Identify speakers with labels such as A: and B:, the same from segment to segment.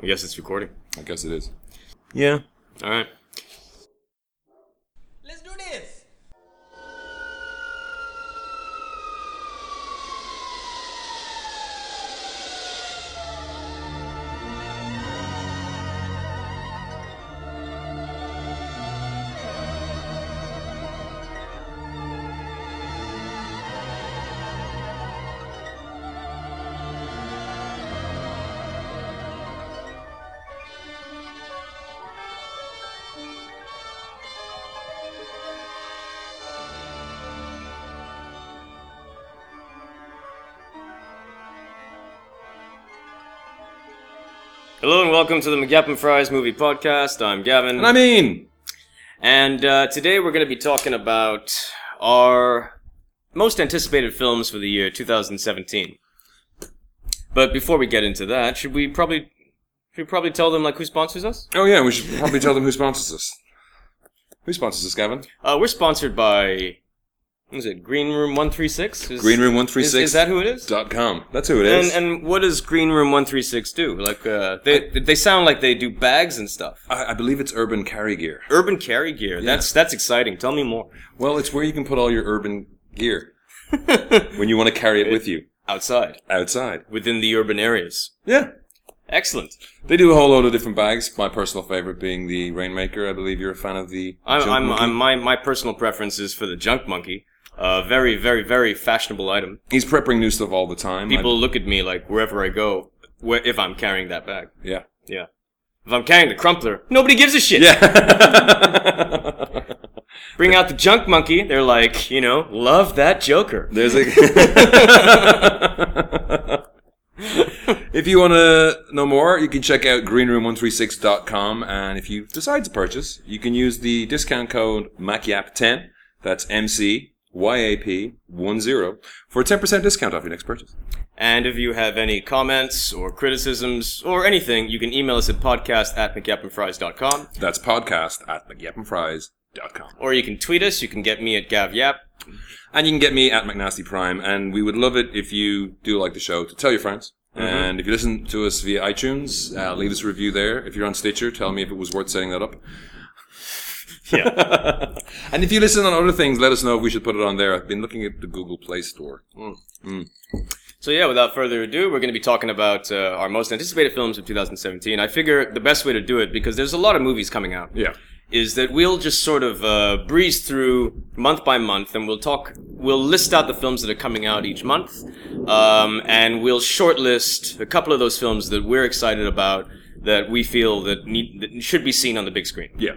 A: I guess it's recording.
B: I guess it is.
A: Yeah. All right.
C: Let's do this.
A: Hello and welcome to the McGap and Fries Movie Podcast. I'm Gavin.
B: And I mean,
A: And, uh, today we're going to be talking about our most anticipated films for the year 2017. But before we get into that, should we probably should we probably tell them like who sponsors us?
B: oh yeah, we should probably tell them who sponsors us. Who sponsors us, Gavin?
A: Uh, we're sponsored by what is it Green Room One Three Six?
B: Green Room One Three
A: Is, is
B: Six
A: that who it is?
B: dot com. That's who it
A: And,
B: is.
A: and what does Green Room One Three Six do? Like uh, they they sound like they do bags and stuff.
B: I, I believe it's Urban Carry Gear.
A: Urban carry gear. That's that's exciting. Tell me more.
B: Well, it's where you can put all your urban gear when you want to carry it with you
A: Outside,
B: outside.
A: within the urban areas.
B: Yeah,
A: Excellent.
B: they do a whole load of different bags. My personal favorite being the Rainmaker. I believe you're a fan of the.
A: I'm,
B: Junk
A: I'm,
B: Monkey.
A: I'm my my personal preference is for the junk monkey. uh, very very very fashionable item.
B: He's prepping new stuff all the time. I-
A: People look at me like wherever I go, where, if I'm carrying that bag.
B: yeah.
A: Yeah. If I'm carrying the crumpler, nobody gives a shit.
B: Yeah.
A: Bring out the junk monkey. They're like, you know, love that Joker.
B: There's a. if you want to know more, you can check out greenroom136.com. And if you decide to purchase, you can use the discount code MACYAP10. That's M C Y A P 10 for a 10% discount off your next purchase.
A: And if you have any comments or criticisms or anything, you can email us at podcast at mcgapandfries.com
B: That's podcast at McYapandFries.com.
A: or you can tweet us. You can get me at gavyap.
B: And you can get me at McNasty Prime. And we would love it if you do like the show to tell your friends. And if you listen to us via iTunes, uh, leave us a review there. If you're on Stitcher, tell me if it was worth setting that up.
A: Yeah.
B: And if you listen on other things, let us know if we should put it on there. I've been looking at the Google Play Store.
A: so yeah, without further ado, we're going to be talking about uh, our most anticipated films of 2017. I figure the best way to do it, because there's a lot of movies coming out,
B: Yeah.
A: is that we'll just sort of uh, breeze through month by month, and we'll talk. We'll list out the films that are coming out each month, um, and we'll shortlist a couple of those films that we're excited about that we feel that need that should be seen on the big screen.
B: Yeah.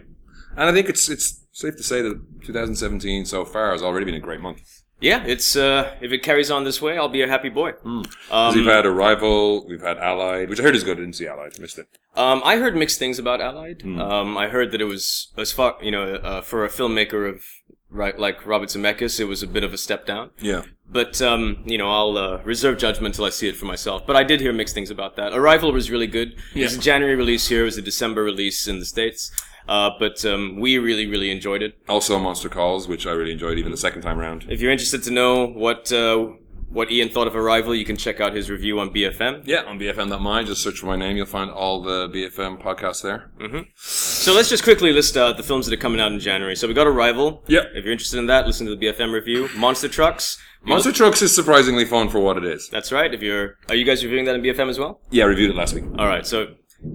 B: And I think it's it's safe to say that 2017 so far has already been a great month.
A: Yeah, it's uh, if it carries on this way, I'll be a happy boy.
B: 'Cause
A: Um,
B: we've had Arrival, we've had Allied, which I heard is good. I didn't see Allied, missed it.
A: Um, I heard mixed things about Allied. Um, I heard that it was as far you know uh, for a filmmaker of right like Robert Zemeckis, it was a bit of a step down.
B: Yeah.
A: But um, you know, I'll uh, reserve judgment till I see it for myself. But I did hear mixed things about that. Arrival was really good. It was a January release here. It was a December release in the states. Uh, but um, we really, really enjoyed it.
B: Also Monster Calls, which I really enjoyed even the second time around.
A: If you're interested to know what uh, what Ian thought of Arrival, you can check out his review on BFM.
B: Yeah, on BFM.my, just search for my name. You'll find all the BFM podcasts there.
A: So let's just quickly list out the films that are coming out in January. So we got Arrival.
B: Yep.
A: If you're interested in that, listen to the BFM review. Monster Trucks.
B: Monster Trucks is surprisingly fun for what it is.
A: That's right. If you're, are you guys reviewing that in BFM as well?
B: Yeah, I reviewed it last week.
A: All right. So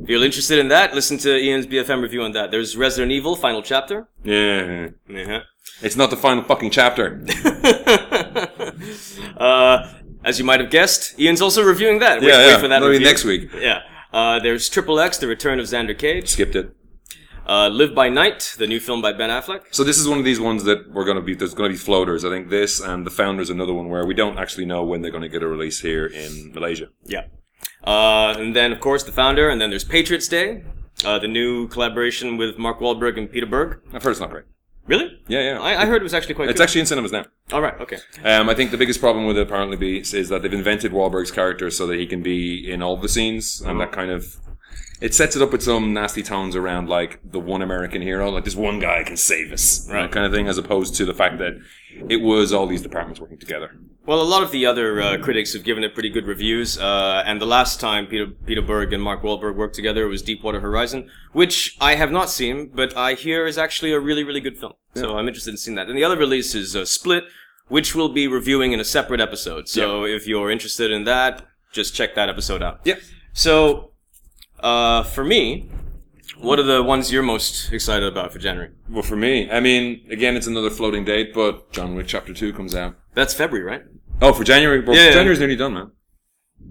A: if you're interested in that, listen to Ian's BFM review on that. There's Resident Evil Final Chapter. Uh-huh.
B: Yeah.
A: Yeah.
B: It's not the final fucking chapter.
A: uh, as you might have guessed, Ian's also reviewing that. Wait,
B: yeah,
A: wait
B: yeah.
A: for that
B: Maybe
A: review.
B: next week.
A: Yeah. Uh, there's Triple X, The Return of Xander Cage.
B: Skipped it.
A: Uh, Live by Night, the new film by Ben Affleck.
B: So this is one of these ones that we're going to be. There's going to be floaters. I think this and the founder's another one where we don't actually know when they're going to get a release here in Malaysia.
A: Yeah. Uh, and then, of course, The Founder, and then there's Patriots Day, uh, the new collaboration with Mark Wahlberg and Peter Berg.
B: I've heard it's not great.
A: Really?
B: Yeah, yeah.
A: I, I heard it was actually quite
B: it's
A: good.
B: actually in cinemas now.
A: All right, okay.
B: Um, I think the biggest problem with it apparently be, is that they've invented Wahlberg's character so that he can be in all the scenes, and that kind of it sets it up with some nasty tones around like the one American hero, like this one guy can save us, you know,
A: Right.
B: Kind of thing, as opposed to the fact that it was all these departments working together.
A: Well, a lot of the other uh, critics have given it pretty good reviews, uh, and the last time Peter Peter Berg and Mark Wahlberg worked together was Deepwater Horizon, which I have not seen, but I hear is actually a really really good film. So I'm interested in seeing that. And the other release is uh, Split, which we'll be reviewing in a separate episode. So if you're interested in that, just check that episode out.
B: Yep.
A: So, uh, for me, what are the ones you're most excited about for January?
B: Well, for me, I mean, again, it's another floating date, but John Wick Chapter Two comes out.
A: That's February, right?
B: Oh, for January. Well,
A: Yeah, yeah.
B: January's nearly done, man.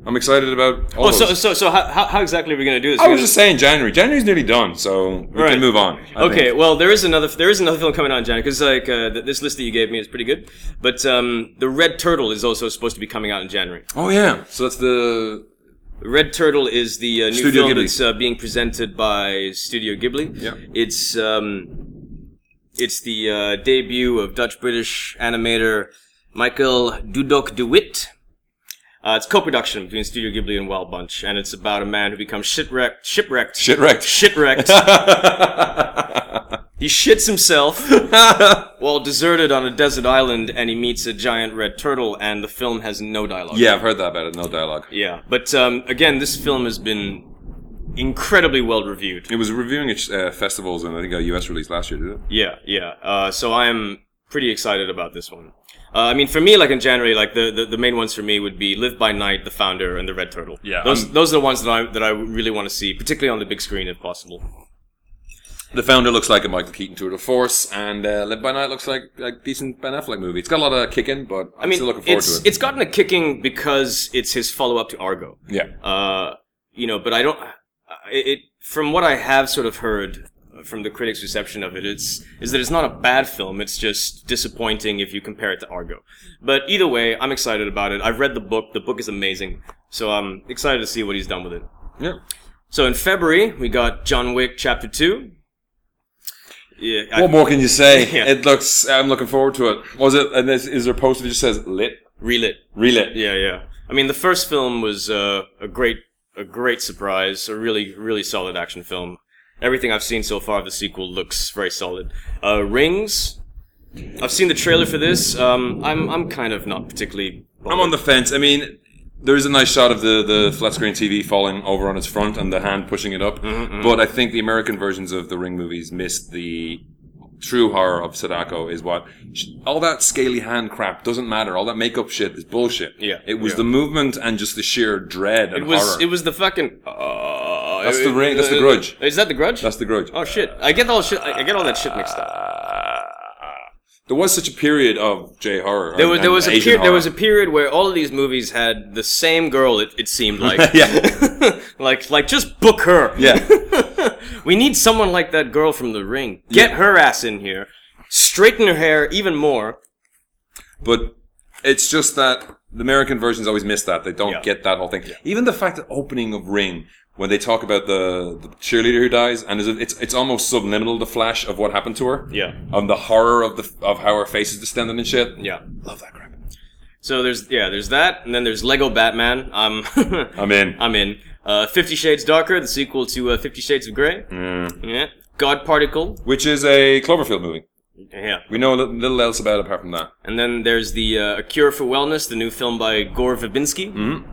B: I'm excited about. All
A: Oh, so
B: those.
A: so so how, how, how exactly are we gonna do this?
B: I
A: We're
B: was
A: gonna-
B: just saying January. January's nearly done, so we
A: Right.
B: can move on. I
A: okay,
B: think.
A: well there is another there is another film coming out in January because like uh, th- this list that you gave me is pretty good, but um, the Red Turtle is also supposed to be coming out in January.
B: Oh yeah. So that's the
A: Red Turtle is the uh, new
B: Studio
A: film
B: Ghibli.
A: that's uh, being presented by Studio Ghibli.
B: Yeah.
A: It's um, it's the uh, debut of Dutch British animator Michael Dudok de Wit. Uh, it's co-production between Studio Ghibli and Wild Bunch, and it's about a man who becomes shipwrecked, shipwrecked,
B: shipwrecked.
A: shipwrecked. he shits himself while deserted on a desert island, and he meets a giant red turtle. And the film has no dialogue.
B: Yeah, I've heard that about it. No dialogue.
A: Yeah, but um, again, this film has been incredibly well reviewed.
B: It was reviewing at uh, festivals, and I think a US release last year, did it?
A: Yeah, yeah. Uh, so I'm pretty excited about this one. Uh, I mean, for me, like in January, like the, the, the main ones for me would be Live by Night, The Founder, and The Red Turtle.
B: Yeah,
A: those
B: I'm-
A: those are the ones that I that I really want to see, particularly on the big screen if possible.
B: The Founder looks like a Michael Keaton tour de force, and uh, Live by Night looks like a decent Ben Affleck movie. It's got a lot of kicking, but I'm
A: I mean,
B: still looking forward
A: it's
B: to it.
A: it's gotten a kicking because it's his follow up to Argo.
B: Yeah.
A: Uh, you know, but I don't. It, it from what I have sort of heard from the critics' reception of it, it's is that it's not a bad film. It's just disappointing if you compare it to Argo. But either way, I'm excited about it. I've read the book. The book is amazing, so I'm excited to see what he's done with it.
B: Yeah.
A: So in February, we got John Wick Chapter Two. Yeah, I-
B: What more can you say?
A: Yeah.
B: It looks. I'm looking forward to it. Was it? And this, is there a poster that just says lit,
A: relit.
B: relit?
A: Yeah, yeah. I mean, the first film was uh, a great, a great surprise. A really, really solid action film. Everything I've seen so far of the sequel looks very solid. Uh, Rings. I've seen the trailer for this. Um, I'm, I'm kind of not particularly.
B: I'm on the fence. I mean, there is a nice shot of the, the flat screen TV falling over on its front and the hand pushing it
A: Mm-hmm,
B: up. But I think the American versions of the Ring movies missed the true horror of Sadako is what sh- all that scaly hand crap doesn't matter. All that makeup shit is bullshit.
A: Yeah.
B: It was
A: Yeah.
B: the movement and just the sheer dread and
A: It was,
B: horror.
A: it was the fucking. Uh,
B: That's the
A: it-
B: Ring- that's the
A: it-
B: Grudge.
A: Is that the grudge?
B: That's Uh, the grudge.
A: oh shit! I get all shit. I I get all that shit mixed up.
B: There was such a period of J horror.
A: There was, there was a period. There was a period where all of these movies had the same girl. It, it seemed like.
B: Yeah.
A: like like just book her.
B: Yeah.
A: we need someone like that girl from The Ring. Get
B: Yeah.
A: her ass in here. Straighten her hair even more.
B: But it's just that the American versions always miss that. They don't
A: Yeah.
B: get that whole thing. Even the fact that opening of Ring, when they talk about the, the cheerleader who dies, and there's a- it's it's almost subliminal the flash of what happened to her.
A: Yeah.
B: And the horror of the of how her face is distended and shit.
A: Yeah.
B: Love that crap.
A: So there's yeah there's that, and then there's Lego Batman. I'm
B: I'm in.
A: I'm in. Uh, Fifty Shades Darker, the sequel to uh, Fifty Shades of Grey.
B: Mm.
A: Yeah. God Particle.
B: Which is a Cloverfield movie.
A: Yeah.
B: We know little, little else about it apart from that.
A: And then there's the uh, A Cure for Wellness, the new film by Gore Verbinski.
B: Mm.
A: Um,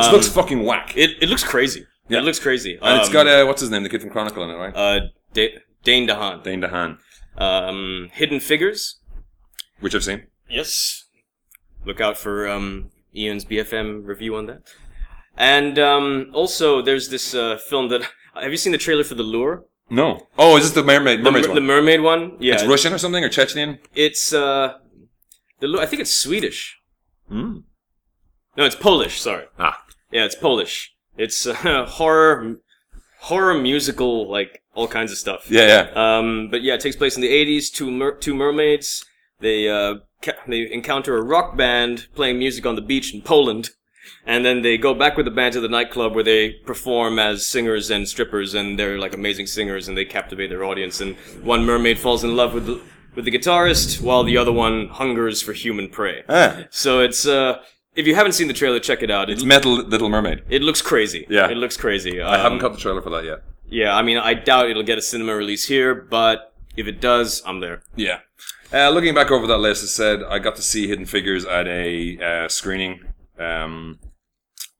B: Which looks fucking whack.
A: It, it looks crazy.
B: Yeah.
A: It looks crazy.
B: and it's
A: Um,
B: got uh, what's his name, the kid from Chronicle in it, right?
A: uh, Da- Dane DeHaan.
B: Dane DeHaan,
A: Um, Hidden Figures.
B: which I've seen.
A: Yes. Look out for um, Ian's BFM review on that. And um, also, there's this uh, film that have you seen the trailer for The Lure?
B: No. Oh, is this the mermaid?
A: The,
B: Mermaid's
A: mer-
B: one.
A: the mermaid one. Yeah,
B: it's Russian or something or Chechnyan.
A: it's, uh, the Lure. I think it's Swedish.
B: Mm.
A: No, it's Polish. Sorry.
B: Ah.
A: Yeah, it's Polish. It's uh, horror, horror musical, like all kinds of stuff.
B: Yeah, yeah.
A: Um, but yeah, it takes place in the 80s. Two mer- two mermaids. They uh, ca- they encounter a rock band playing music on the beach in Poland, and then they go back with the band to the nightclub where they perform as singers and strippers, and they're like amazing singers, and they captivate their audience. And one mermaid falls in love with the, with the guitarist, while the other one hungers for human prey.
B: Ah,
A: So it's uh, if you haven't seen the trailer, check it out. It,
B: it's Metal Little Mermaid.
A: it looks crazy.
B: Yeah.
A: it looks crazy.
B: I
A: Um,
B: haven't cut the trailer for that yet.
A: yeah, I mean, I doubt it'll get a cinema release here, but If it does, I'm there.
B: Yeah. Uh, looking back over that list, it said I got to see Hidden Figures at a uh, screening, um,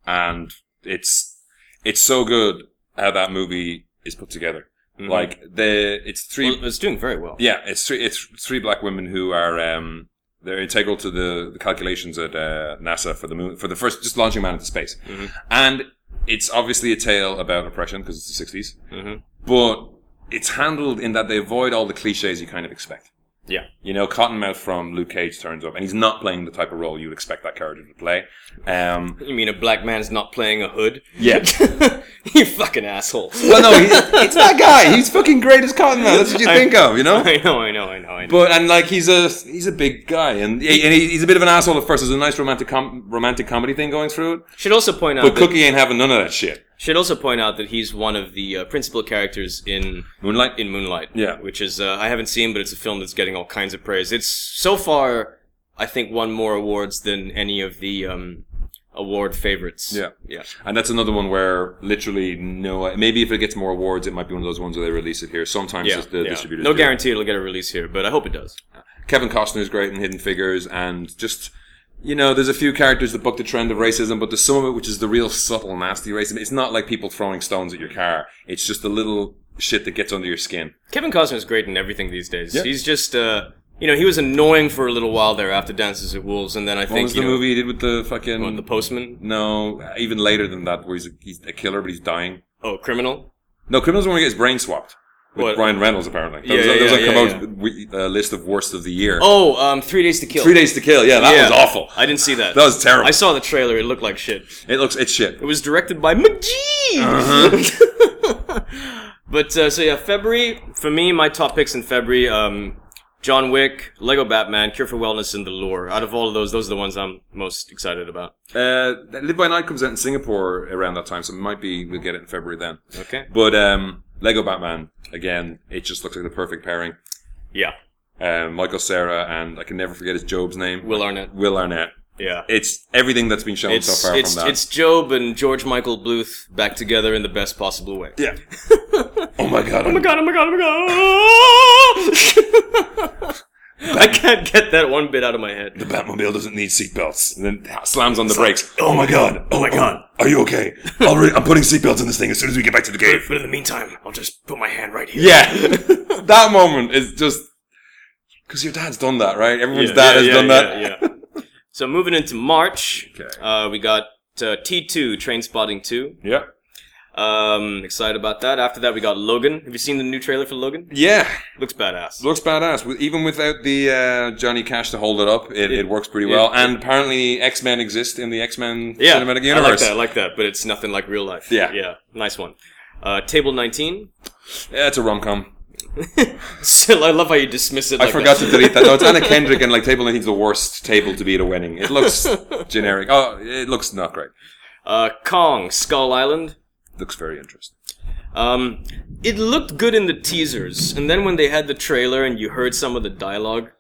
B: and it's it's so good how that movie is put together.
A: Mhm.
B: Like the it's three.
A: Well, it's doing very well.
B: Yeah, it's three. It's three black women who are um, they're integral to the, the calculations at uh, NASA for the moon for the first just launching man into space,
A: Mhm.
B: and it's obviously a tale about oppression because it's the sixties,
A: hmm
B: but it's handled in that they avoid all the cliches you kind of expect.
A: Yeah.
B: You know, Cottonmouth from Luke Cage turns up, and he's not playing the type of role you'd expect that character to play. Um,
A: You mean a black man's not playing a hood?
B: yeah.
A: you fucking asshole.
B: well, no, he, it's that guy. He's fucking great as Cottonmouth. That's what you
A: I-
B: think of, you know.
A: I know, I know, I know, I know.
B: But and like he's a he's a big guy and he, and he- he's a bit of an asshole at first. There's a nice romantic com- romantic comedy thing going through it,
A: should also point out
B: but
A: that,
B: Cookie ain't having none of that shit.
A: should also point out that he's one of the uh, principal characters in
B: Moonlight.
A: in Moonlight.
B: Yeah.
A: Which is, uh, I haven't seen, but it's a film that's getting all kinds of praise. It's so far, I think, won more awards than any of the um, award favorites.
B: Yeah.
A: Yeah.
B: And that's another one where literally no. Maybe if it gets more awards, it might be one of those ones where they release it here. Sometimes
A: Yeah.
B: just the
A: yeah.
B: distributors.
A: No
B: do it.
A: guarantee it'll get a release here, but I hope it does.
B: Kevin Costner's great in Hidden Figures, and just you know, there's a few characters that buck the trend of racism, but there's some of it which is the real subtle, nasty racism. It's not like people throwing stones at your car. It's just the little shit that gets under your skin.
A: Kevin Costner is great in everything these days.
B: Yeah.
A: He's just, uh, you know, he was annoying for a little while there after Dances with Wolves, and then I
B: What
A: think
B: was
A: you
B: the
A: know,
B: movie he did with the fucking
A: what, the Postman,
B: No, even later than that, where he's a, he's a killer, but he's dying.
A: oh, Criminal.
B: No, criminals want to get his brain swapped with
A: What?
B: Ryan Reynolds. Apparently, there
A: Yeah,
B: was,
A: yeah,
B: there was
A: yeah, yeah,
B: a Commode, uh, list of worst of the year.
A: Oh, um, Three Days to Kill.
B: Three Days to Kill. Yeah, that
A: Yeah.
B: was awful.
A: I didn't see that.
B: That was terrible.
A: I saw the trailer. It looked like shit.
B: it looks it's shit.
A: It was directed by McGee.
B: Uh-huh.
A: but uh, so yeah, February for me, my top picks in February: um, John Wick, Lego Batman, Cure for Wellness, and The Lure. Out of all of those, those are the ones I'm most excited about.
B: Uh, Live by Night comes out in Singapore around that time, so it might be we'll get it in February then.
A: Okay.
B: But um, Lego Batman again, it just looks like the perfect pairing.
A: Yeah.
B: Um, Michael Sarah and I can never forget his Job's name,
A: Will Arnett.
B: Will Arnett.
A: Yeah.
B: It's everything that's been shown
A: It's
B: so far
A: it's
B: from that.
A: it's Job and George Michael Bluth back together in the best possible way.
B: yeah. oh my god!
A: Oh my god! Oh my god! Oh my god! I can't get that one bit out of my head.
B: The Batmobile doesn't need seatbelts. And then slams on the brakes. Oh my god! Oh my god! Are you okay? I'll re- I'm putting seatbelts in this thing as soon as we get back to the cave.
A: But in the meantime, I'll just put my hand right here.
B: Yeah, that moment is just because your dad's done that, right? Everyone's
A: Yeah,
B: dad
A: yeah,
B: has
A: yeah,
B: done that.
A: yeah, yeah. so moving into March,
B: Okay.
A: uh, we got uh, T2, Train Spotting 2.
B: Yeah.
A: Um, excited about that. After that, we got Logan. Have you seen the new trailer for Logan?
B: Yeah,
A: Looks badass.
B: looks badass. With- Even without the uh, Johnny Cash to hold it up, it, it works pretty well.
A: it-
B: and apparently, X Men exist in the X Men
A: Yeah,
B: cinematic
A: I like
B: universe.
A: that. I like that, but it's nothing like real life.
B: Yeah.
A: yeah, nice one. Uh, table 19.
B: Yeah, it's a rom com.
A: Still, I love how you dismiss it.
B: I
A: like
B: forgot
A: that.
B: to delete that. No, it's Anna Kendrick, and like Table 19's the worst table to be at a wedding. It looks generic. Oh, it looks not great.
A: Uh, Kong, Skull Island.
B: Looks very interesting.
A: Um, it looked good in the teasers, and then when they had the trailer and you heard some of the dialogue,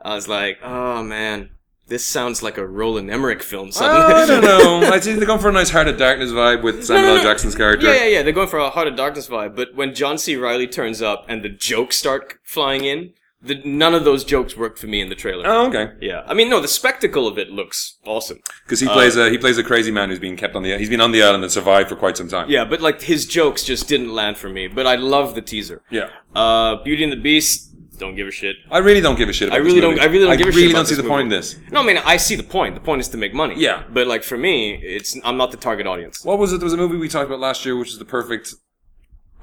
A: I was like, oh man, this sounds like a Roland Emmerich film suddenly.
B: I don't know. I think they're going for a nice Heart of Darkness vibe with Samuel
A: no,
B: L.
A: no.
B: Jackson's character.
A: Yeah, yeah, yeah. They're going for a Heart of Darkness vibe, but when John C. Riley turns up and the jokes start flying in, the, none of those jokes worked for me in the trailer.
B: Oh, okay.
A: Yeah, I mean, no, the spectacle of it looks awesome.
B: Because he plays a he plays a crazy man who's been kept on the he's been on the island and survived for quite some time.
A: Yeah, but like his jokes just didn't land for me. But I love the teaser.
B: yeah.
A: Uh, Beauty and the Beast, don't give a shit.
B: I really don't give a shit. About
A: I really
B: this
A: don't-
B: movie.
A: I really don't
B: I
A: give a shit
B: really
A: about
B: don't see
A: this
B: the point in this.
A: No, I mean I see the point. The point is to make money.
B: Yeah.
A: But like for me, it's I'm not the target audience.
B: What was it? There was a movie we talked about last year, which is the perfect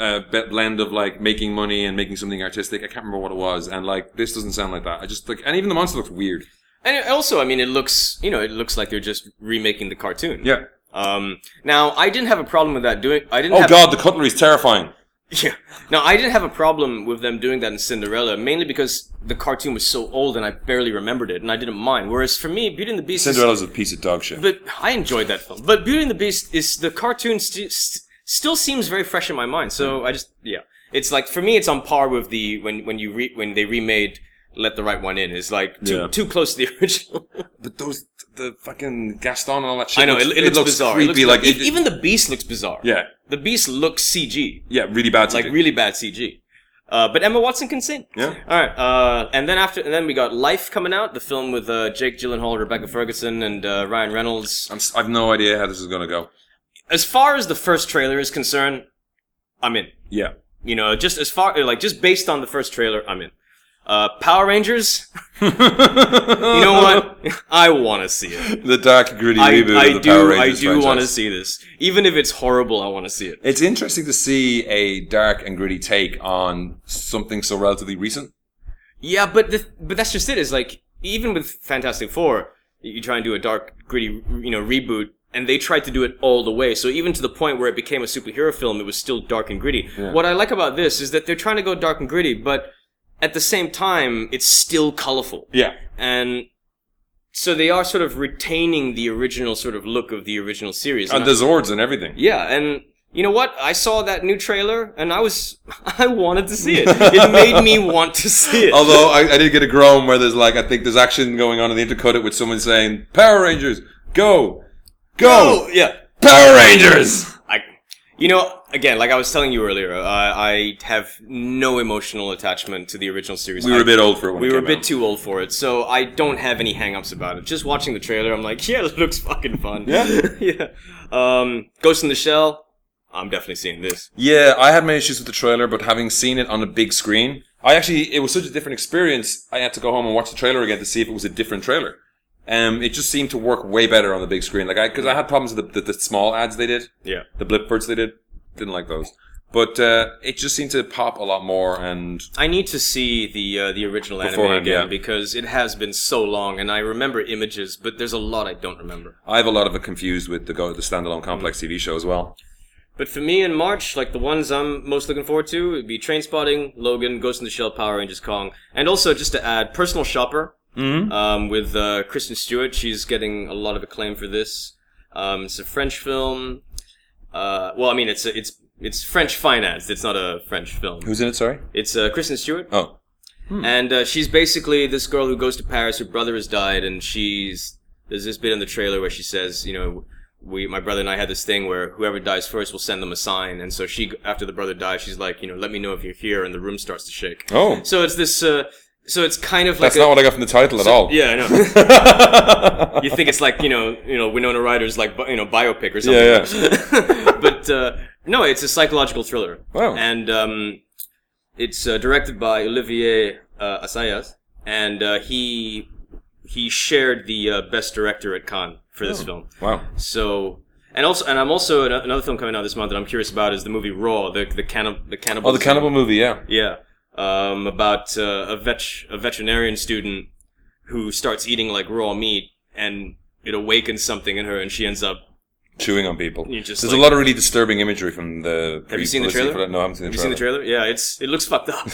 B: uh, be- blend of like making money and making something artistic. I can't remember what it was, and like this doesn't sound like that. I just like, and even the monster looks weird.
A: And it- also, I mean, it looks you know it looks like they're just remaking the cartoon.
B: Yeah.
A: Um. Now I didn't have a problem with that doing. I didn't.
B: Oh
A: have,
B: god, the cutlery's terrifying.
A: Yeah. Now I didn't have a problem with them doing that in Cinderella, mainly because the cartoon was so old and I barely remembered it, and I didn't mind. Whereas for me, Beauty and the Beast. is-
B: Cinderella's a piece of dog shit.
A: but I enjoyed that film. But Beauty and the Beast is the cartoon st- st- still seems very fresh in my mind.
B: Hmm.
A: So I just yeah, it's like for me, it's on par with the when when you re- when they remade Let the Right One In. It's like too
B: Yeah.
A: too close to the original.
B: But those the fucking Gaston and all that shit.
A: I know it,
B: looks-
A: it looks bizarre. It
B: Creepy,
A: looks
B: like
A: e-
B: it-
A: even the Beast looks bizarre.
B: yeah,
A: the Beast looks CG,
B: yeah, really bad.
A: like
B: CG.
A: really bad CG. Uh, but Emma Watson can sing.
B: Yeah.
A: All right. Uh, and then after, and then we got Life coming out, the film with uh, Jake Gyllenhaal, Rebecca Ferguson, and uh, Ryan Reynolds.
B: I'm, s- I've no idea how this is going to go.
A: As far as the first trailer is concerned, I'm in.
B: Yeah.
A: You know, just as far like just based on the first trailer, I'm in. Uh, Power Rangers.
B: you
A: You know
B: know
A: what? I want to see it.
B: The dark, gritty
A: I,
B: reboot
A: I
B: of the Power
A: do. I
B: Rangers
A: do want to
B: franchise.
A: see this, even if it's horrible. I want to see it.
B: It's interesting to see a dark and gritty take on something so relatively recent.
A: Yeah, but the, but that's just it. Is like even with Fantastic Four, you try and do a dark, gritty, you know, reboot, and they tried to do it all the way. So even to the point where it became a superhero film, it was still dark and gritty.
B: Yeah.
A: What I like about this is that they're trying to go dark and gritty, but at the same time, it's still colorful,
B: Yeah.
A: and so they are sort of retaining the original sort of look of the original series.
B: And
A: And I-
B: the Zords and everything.
A: yeah, and you know what? I saw that new trailer, and I was I wanted to see it. It made me want to see it.
B: Although I, I did get a groan where there's like, I think there's action going on and they intercut it with someone saying, Power Rangers, go! Go!
A: oh yeah.
B: Power Rangers!
A: I, you know, again, like I was telling you earlier, uh, I have no emotional attachment to the original series.
B: We were
A: I-
B: a bit old for it when
A: we
B: it
A: were a
B: came
A: bit
B: out.
A: too old for it, so I don't have any hang-ups about it. Just watching the trailer, I'm like, yeah, it looks fucking fun.
B: Yeah.
A: yeah. Um, Ghost in the Shell. I'm definitely seeing this.
B: Yeah, I had my issues with the trailer, but having seen it on a big screen, I actually it was such a different experience. I had to go home and watch the trailer again to see if it was a different trailer. Um, it just seemed to work way better on the big screen. Like I, because I had problems with the, the, the small ads they did,
A: Yeah.
B: the blipbirds they did, didn't like those. But uh, it just seemed to pop a lot more, and
A: I need to see the uh, the original anime
B: Beforehand,
A: again
B: yeah.
A: because it has been so long, and I remember images, but there's a lot I don't remember.
B: I have a lot of it confused with the go the standalone complex TV show as well.
A: But for me in March, like the ones I'm most looking forward to would be Train Spotting, Logan, Ghost in the Shell, Power Rangers, Kong, and also just to add, Personal Shopper
B: Mm-hmm.
A: um, with uh, Kristen Stewart. She's getting a lot of acclaim for this. Um, it's a French film. Uh, well, I mean, it's it's it's French financed. It's not a French film.
B: Who's in it? Sorry.
A: It's uh, Kristen Stewart.
B: Oh,
A: And uh, she's basically this girl who goes to Paris. Her brother has died, and she's there's this bit in the trailer where she says, you know, we my brother and I had this thing where whoever dies first will send them a sign. And so she, after the brother dies, she's like, you know, let me know if you're here, and the room starts to shake.
B: oh,
A: So it's this. Uh, so it's kind of like
B: that's
A: a,
B: not what I got from the title at all.
A: yeah, I know.
B: Yeah.
A: you think it's like you know you know Winona Ryder's like bi- you know biopic or something.
B: Yeah,
A: but uh, no, it's a psychological thriller.
B: Wow.
A: And um, it's uh, directed by Olivier uh, Assayas, and uh, he he shared the uh, best director at Cannes for
B: Oh.
A: this film.
B: wow.
A: So. And also, and I'm also an- another film coming out this month that I'm curious about is the movie Raw, the the cannibal, the cannibal.
B: Oh, the cannibal movie. Yeah.
A: Yeah, um, about uh, a vet a veterinarian student who starts eating like raw meat, and it awakens something in her, and she ends up.
B: chewing on people.
A: You just,
B: There's
A: like-
B: a lot of really disturbing imagery from the.
A: Have you seen the trailer?
B: publicity for that. No, I haven't seen the,
A: Have you
B: trailer.
A: seen the trailer? Yeah, it's it looks fucked up.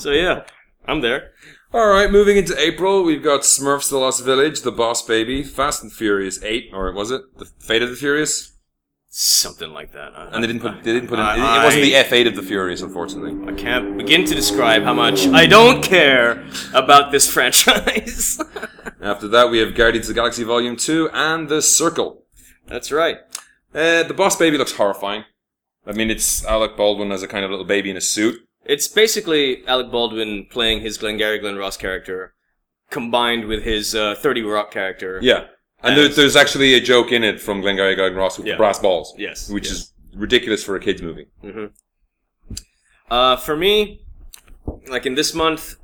A: so yeah, I'm there.
B: All right, moving into April, we've got Smurfs: The Lost Village, The Boss Baby, Fast and Furious Eight, or was it The Fate of the Furious?
A: Something like that. I,
B: And they didn't put. They didn't put. In,
A: I-
B: it, it wasn't the F eight of the Furious, unfortunately.
A: I can't begin to describe how much I don't care about this franchise.
B: After that, we have Guardians of the Galaxy Volume Two and The Circle.
A: That's right.
B: Uh, the Boss Baby looks horrifying. I mean, it's Alec Baldwin as a kind of little baby in a suit.
A: It's basically Alec Baldwin playing his Glengarry Glen Ross character, combined with his uh, Thirty Rock character.
B: Yeah. And there, there's actually a joke in it from Glengarry Glen Ross with
A: Yeah.
B: the brass balls,
A: Yes.
B: which
A: yes.
B: is ridiculous for a kids movie.
A: Uh, for me, like in this month,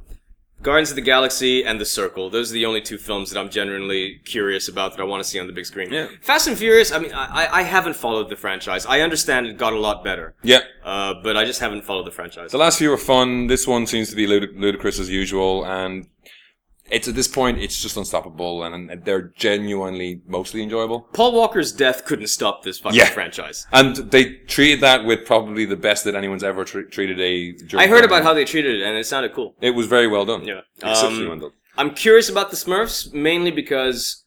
A: Guardians of the Galaxy and The Circle. Those are the only two films that I'm genuinely curious about that I want to see on the big screen.
B: Yeah.
A: Fast and Furious. I mean, I, I- I haven't followed the franchise. I understand it got a lot better,
B: Yeah.
A: uh, but I just haven't followed the franchise.
B: The last few were fun. This one seems to be ludic- ludicrous as usual, and it's at this point it's just unstoppable, and, and they're genuinely mostly enjoyable.
A: Paul Walker's death couldn't stop this fucking
B: Yeah.
A: franchise.
B: And they treated that with probably the best that anyone's ever tr- treated a.
A: I heard about how they treated it, and it sounded cool.
B: it was very well done.
A: Yeah.
B: exceptionally
A: Um,
B: well done.
A: I'm curious about the Smurfs mainly because,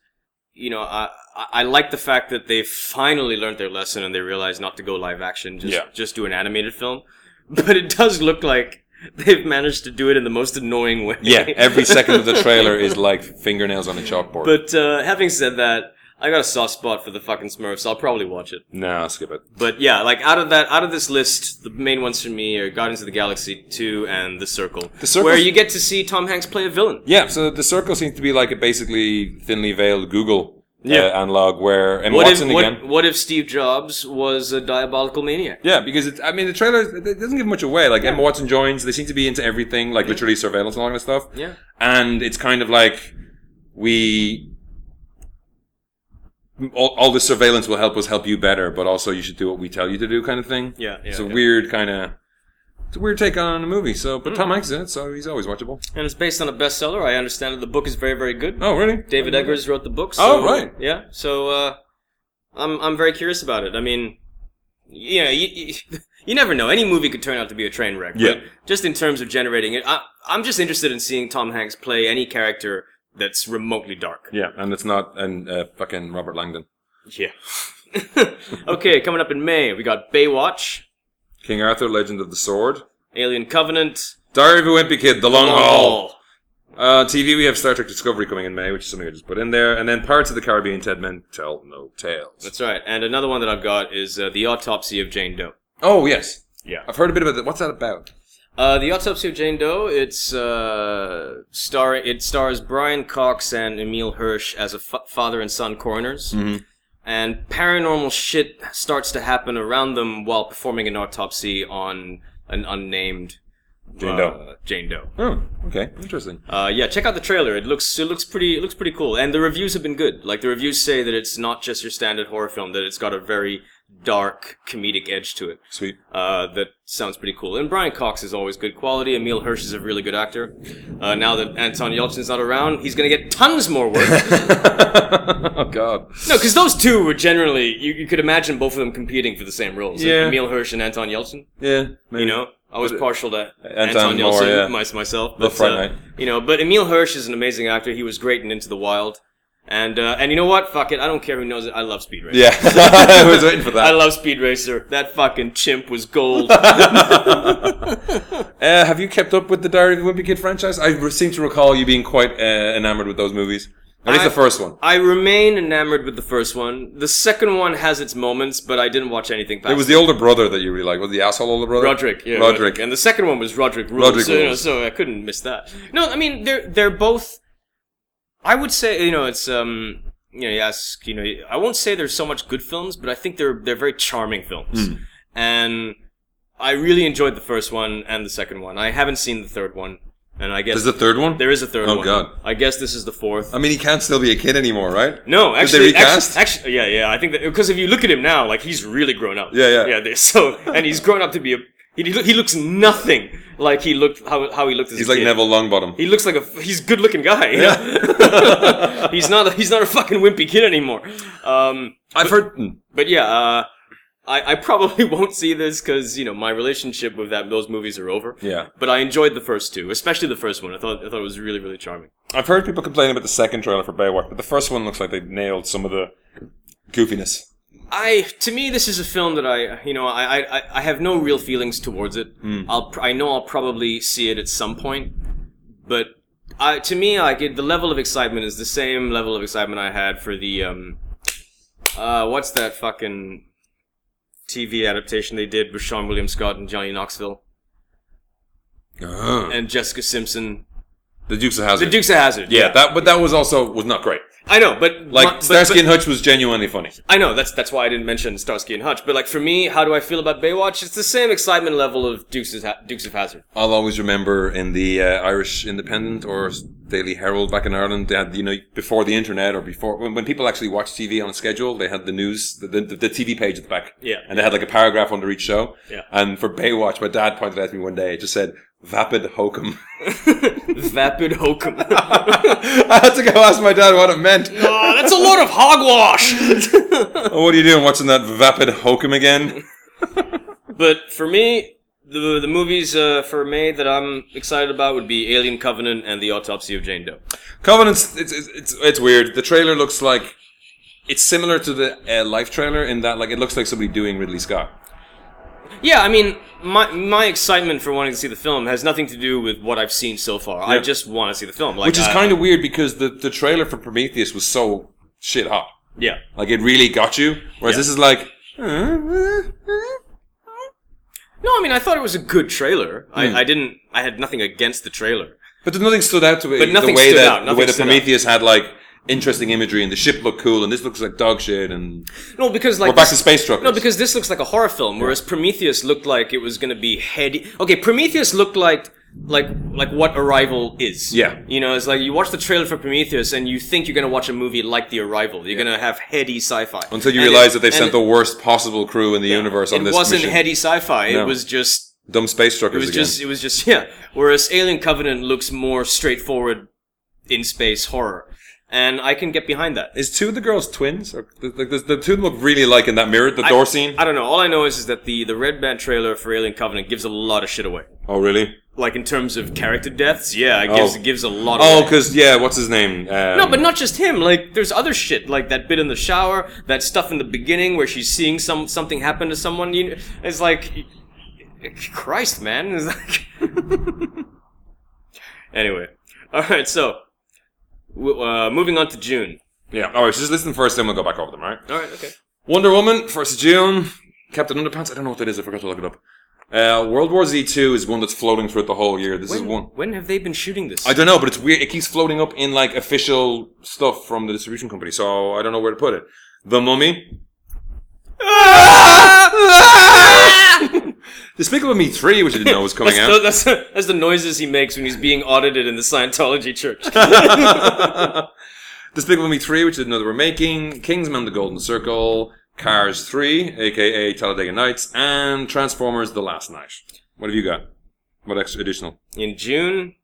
A: you know, I I I like the fact that they finally learned their lesson and they realized not to go live action, just
B: Yeah.
A: just do an animated film. But it does look like they've managed to do it in the most annoying way.
B: Yeah, every second of the trailer is like fingernails on a chalkboard.
A: But uh, having said that, I got a soft spot for the fucking Smurfs. I'll probably watch it.
B: No, I'll skip it.
A: But yeah, like out of that, out of this list, the main ones for me are Guardians of the Galaxy Two and The Circle,
B: The Circle's-
A: where you get to see Tom Hanks play a villain.
B: Yeah, so the circle seems to be like a basically thinly veiled Google
A: Yeah.
B: uh, analog where Emma
A: What if
B: Watson again.
A: what, what if Steve Jobs was a diabolical maniac?
B: Yeah, because it, I mean the trailer it it doesn't give much away. Like Emma Watson joins, they seem to be into everything, like literally surveillance and all that kind of stuff.
A: Yeah.
B: and it's kind of like we all, all the surveillance will help us help you better, but also you should do what we tell you to do, kind of thing.
A: Yeah, yeah,
B: it's a
A: yeah.
B: weird kind of it's a weird take on a movie. So,
A: Hmm.
B: but Tom Hanks is in it, so he's always watchable.
A: And it's based on a bestseller. I understand that the book is very, very good.
B: Oh, really?
A: David Eggers wrote the book. So,
B: Oh, right.
A: Yeah. So uh, I'm I'm very curious about it. I mean, yeah, you, you, you never know. Any movie could turn out to be a train wreck. but
B: Yeah.
A: Just in terms of generating it, I, I'm just interested in seeing Tom Hanks play any character that's remotely dark.
B: Yeah, and it's not and uh, fucking Robert Langdon,
A: Yeah. okay, coming up in May, we got Baywatch,
B: King Arthur, Legend of the Sword,
A: Alien Covenant,
B: Diary of a Wimpy Kid, The Long,
A: Long
B: Haul.
A: Haul.
B: Uh, TV, we have Star Trek Discovery coming in May, which is something I just put in there, and then Pirates of the Caribbean, Ted Men Tell No Tales.
A: That's right. And another one that I've got is uh, The Autopsy of Jane Doe.
B: Oh yes,
A: Yeah.
B: I've heard a bit about that. What's that about?
A: Uh, the Autopsy of Jane Doe. It's uh, star. It stars Brian Cox and Emil Hirsch as a fa- father and son coroners,
B: Mm-hmm.
A: and paranormal shit starts to happen around them while performing an autopsy on an unnamed
B: Jane
A: uh,
B: Doe.
A: Jane Doe.
B: Oh, okay, interesting.
A: Uh, yeah, check out the trailer. It looks it looks pretty it looks pretty cool, and the reviews have been good. Like the reviews say that it's not just your standard horror film; that it's got a very dark comedic edge to it.
B: Sweet.
A: Uh, that sounds pretty cool. And Brian Cox is always good quality. Emil Hirsch is a really good actor. Uh, now that Anton Yelchin's not around, he's going to get tons more work.
B: oh God.
A: no, because those two were generally, you, you could imagine both of them competing for the same roles. like
B: Yeah.
A: Emil Hirsch and Anton Yelchin.
B: Yeah, maybe.
A: You know, I was partial to Anton
B: Anton more,
A: Yelchin
B: yeah.
A: mys- myself.
B: Love
A: But,
B: Fright
A: uh,
B: Night.
A: you know, but Emil Hirsch is an amazing actor. He was great in Into the Wild. And, uh, and you know what? Fuck it. I don't care who knows it. I love Speed Racer.
B: Yeah, I was waiting for
A: I
B: that.
A: love Speed Racer. That fucking chimp was gold.
B: Uh, have you kept up with the Diary of a Wimpy Kid franchise? I re- seem to recall you being quite uh, enamored with those movies. At least
A: I-
B: the first one.
A: I remain enamored with the first one. The second one has its moments, but I didn't watch anything past
B: It was the older brother that you really liked. Was it the asshole older brother?
A: Roderick, yeah,
B: Roderick.
A: and the second one was Roderick rules,
B: Roderick
A: so, you know,
B: Rules.
A: so I couldn't miss that. No, I mean they're they're both. I would say you know it's um you know you ask you know I won't say there's so much good films, but I think they're they're very charming films,
B: Hmm.
A: and I really enjoyed the first one and the second one. I haven't seen the third one, and I guess
B: There's the third one.
A: there is a third
B: Oh,
A: one.
B: God.
A: I guess this is the fourth.
B: I mean, he can't still be a kid anymore, right?
A: No,
B: Did they
A: actually,
B: recast?
A: actually, actually, yeah, yeah. I think that because if you look at him now, like he's really grown up.
B: Yeah, yeah.
A: yeah. they- So, and he's grown up to be a. He, lo- he looks nothing like he looked how, how he looked as
B: He's
A: a
B: like
A: kid.
B: Neville Longbottom.
A: He looks like a he's a good looking guy. you know? he's not a, he's not a fucking wimpy kid anymore. Um,
B: I've heard. mm.
A: but yeah, uh, I I probably won't see this because you know my relationship with that those movies are over.
B: Yeah.
A: But I enjoyed the first two, especially the first one. I thought I thought it was really really charming.
B: I've heard people complain about the second trailer for Baywatch, but the first one looks like they nailed some of the goofiness.
A: I to me this is a film that I you know I I- I, I have no real feelings towards it.
B: Hmm.
A: I'll pr- I know I'll probably see it at some point, but I to me I get the level of excitement is the same level of excitement I had for the um uh what's that fucking TV adaptation they did with Sean William Scott and Johnny Knoxville
B: Oh.
A: and Jessica Simpson,
B: The Dukes of Hazzard.
A: Ah. The Dukes of Hazard.
B: yeah, that but that was also was not great.
A: I know, but
B: Like
A: my- but-
B: Starsky
A: but-
B: and Hutch was genuinely funny.
A: I know that's that's why I didn't mention Starsky and Hutch. But like for me, how do I feel about Baywatch? It's the same excitement level of Dukes of, ha- Dukes of Hazard.
B: I'll always remember in the uh, Irish Independent or Daily Herald back in Ireland, they had you know before the internet or before when, when people actually watched TV on a schedule, they had the news the, the, the TV page at the back.
A: Yeah.
B: and they had like a paragraph under each show.
A: Yeah.
B: and for Baywatch, my dad pointed out to me one day. It just said vapid hokum.
A: Vapid hokum.
B: I had to go ask my dad what it meant.
A: oh, that's a lot of hogwash.
B: Oh, what are you doing watching that vapid hokum again?
A: but for me, the the movies uh, for May that I'm excited about would be Alien Covenant and The Autopsy of Jane Doe.
B: Covenant's it's it's it's, it's weird. The trailer looks like it's similar to the uh, Life trailer in that like it looks like somebody doing Ridley Scott.
A: Yeah, I mean, my my excitement for wanting to see the film has nothing to do with what I've seen so far. I
B: Yeah.
A: just want to see the film, like,
B: Which is
A: I-
B: kind of weird because the, the trailer for Prometheus was so shit hot.
A: Yeah.
B: Like it really got you. Whereas
A: Yeah.
B: this is like,
A: No, I mean, I thought it was a good trailer.
B: Hmm.
A: I, I didn't. I had nothing against the trailer.
B: but nothing stood out to it.
A: But nothing
B: the way
A: stood
B: that
A: out,
B: the
A: nothing
B: way that
A: stood out.
B: Prometheus had like interesting imagery and the ship looked cool and this looks like dog shit and
A: No, because like
B: we're back to
A: this-
B: space truckers.
A: No, because this looks like a horror film, whereas Prometheus looked like it was going to be heady. Okay, Prometheus looked like like like what Arrival is.
B: Yeah.
A: you know, it's like you watch the trailer for Prometheus and you think you're going to watch a movie like The Arrival. You're going to have heady sci-fi
B: until you
A: And
B: realize
A: it-
B: that they've
A: and
B: sent the worst possible crew in the
A: it-
B: universe on
A: it
B: this
A: wasn't
B: mission.
A: heady sci-fi.
B: No.
A: It was just
B: Dumb space
A: it
B: truckers
A: was
B: again.
A: just it was just yeah. Whereas Alien Covenant looks more straightforward in space horror, and I can get behind that.
B: is two of the girls twins? Or, like, the, the two of them look really like in that mirror, the door scene.
A: I don't know. All I know is, is that the, the Red Band trailer for Alien Covenant gives a lot of shit away.
B: oh, really?
A: Like in terms of character deaths, yeah, it gives
B: Oh.
A: it gives a lot.
B: Oh,
A: away.
B: because yeah, what's his name? Um,
A: no, but not just him. Like there's other shit, like that bit in the shower, that stuff in the beginning where she's seeing some something happen to someone. You, it's like, Christ, man. It's like. anyway, all right. So, w- uh, moving on to June.
B: Yeah. All right. So just listen first, then we'll go back over them. All right.
A: All right. Okay.
B: Wonder Woman, first of June. Captain Underpants. I don't know what that is. I forgot to look it up. Uh, World War Z two is one that's floating throughout the whole year. This is
A: When,
B: one.
A: when have they been shooting this?
B: I don't know, but it's weird. It keeps floating up in like official stuff from the distribution company, so I don't know where to put it. The Mummy. Ah! Despicable Me three, which I didn't know was coming
A: That's
B: out.
A: the, that's, that's the noises he makes when he's being audited in the Scientology church.
B: Despicable Me 3, which is another we're making, Kingsman The Golden Circle, Cars 3, aka Talladega Nights, and Transformers The Last Night. What have you got? What extra additional?
A: in June.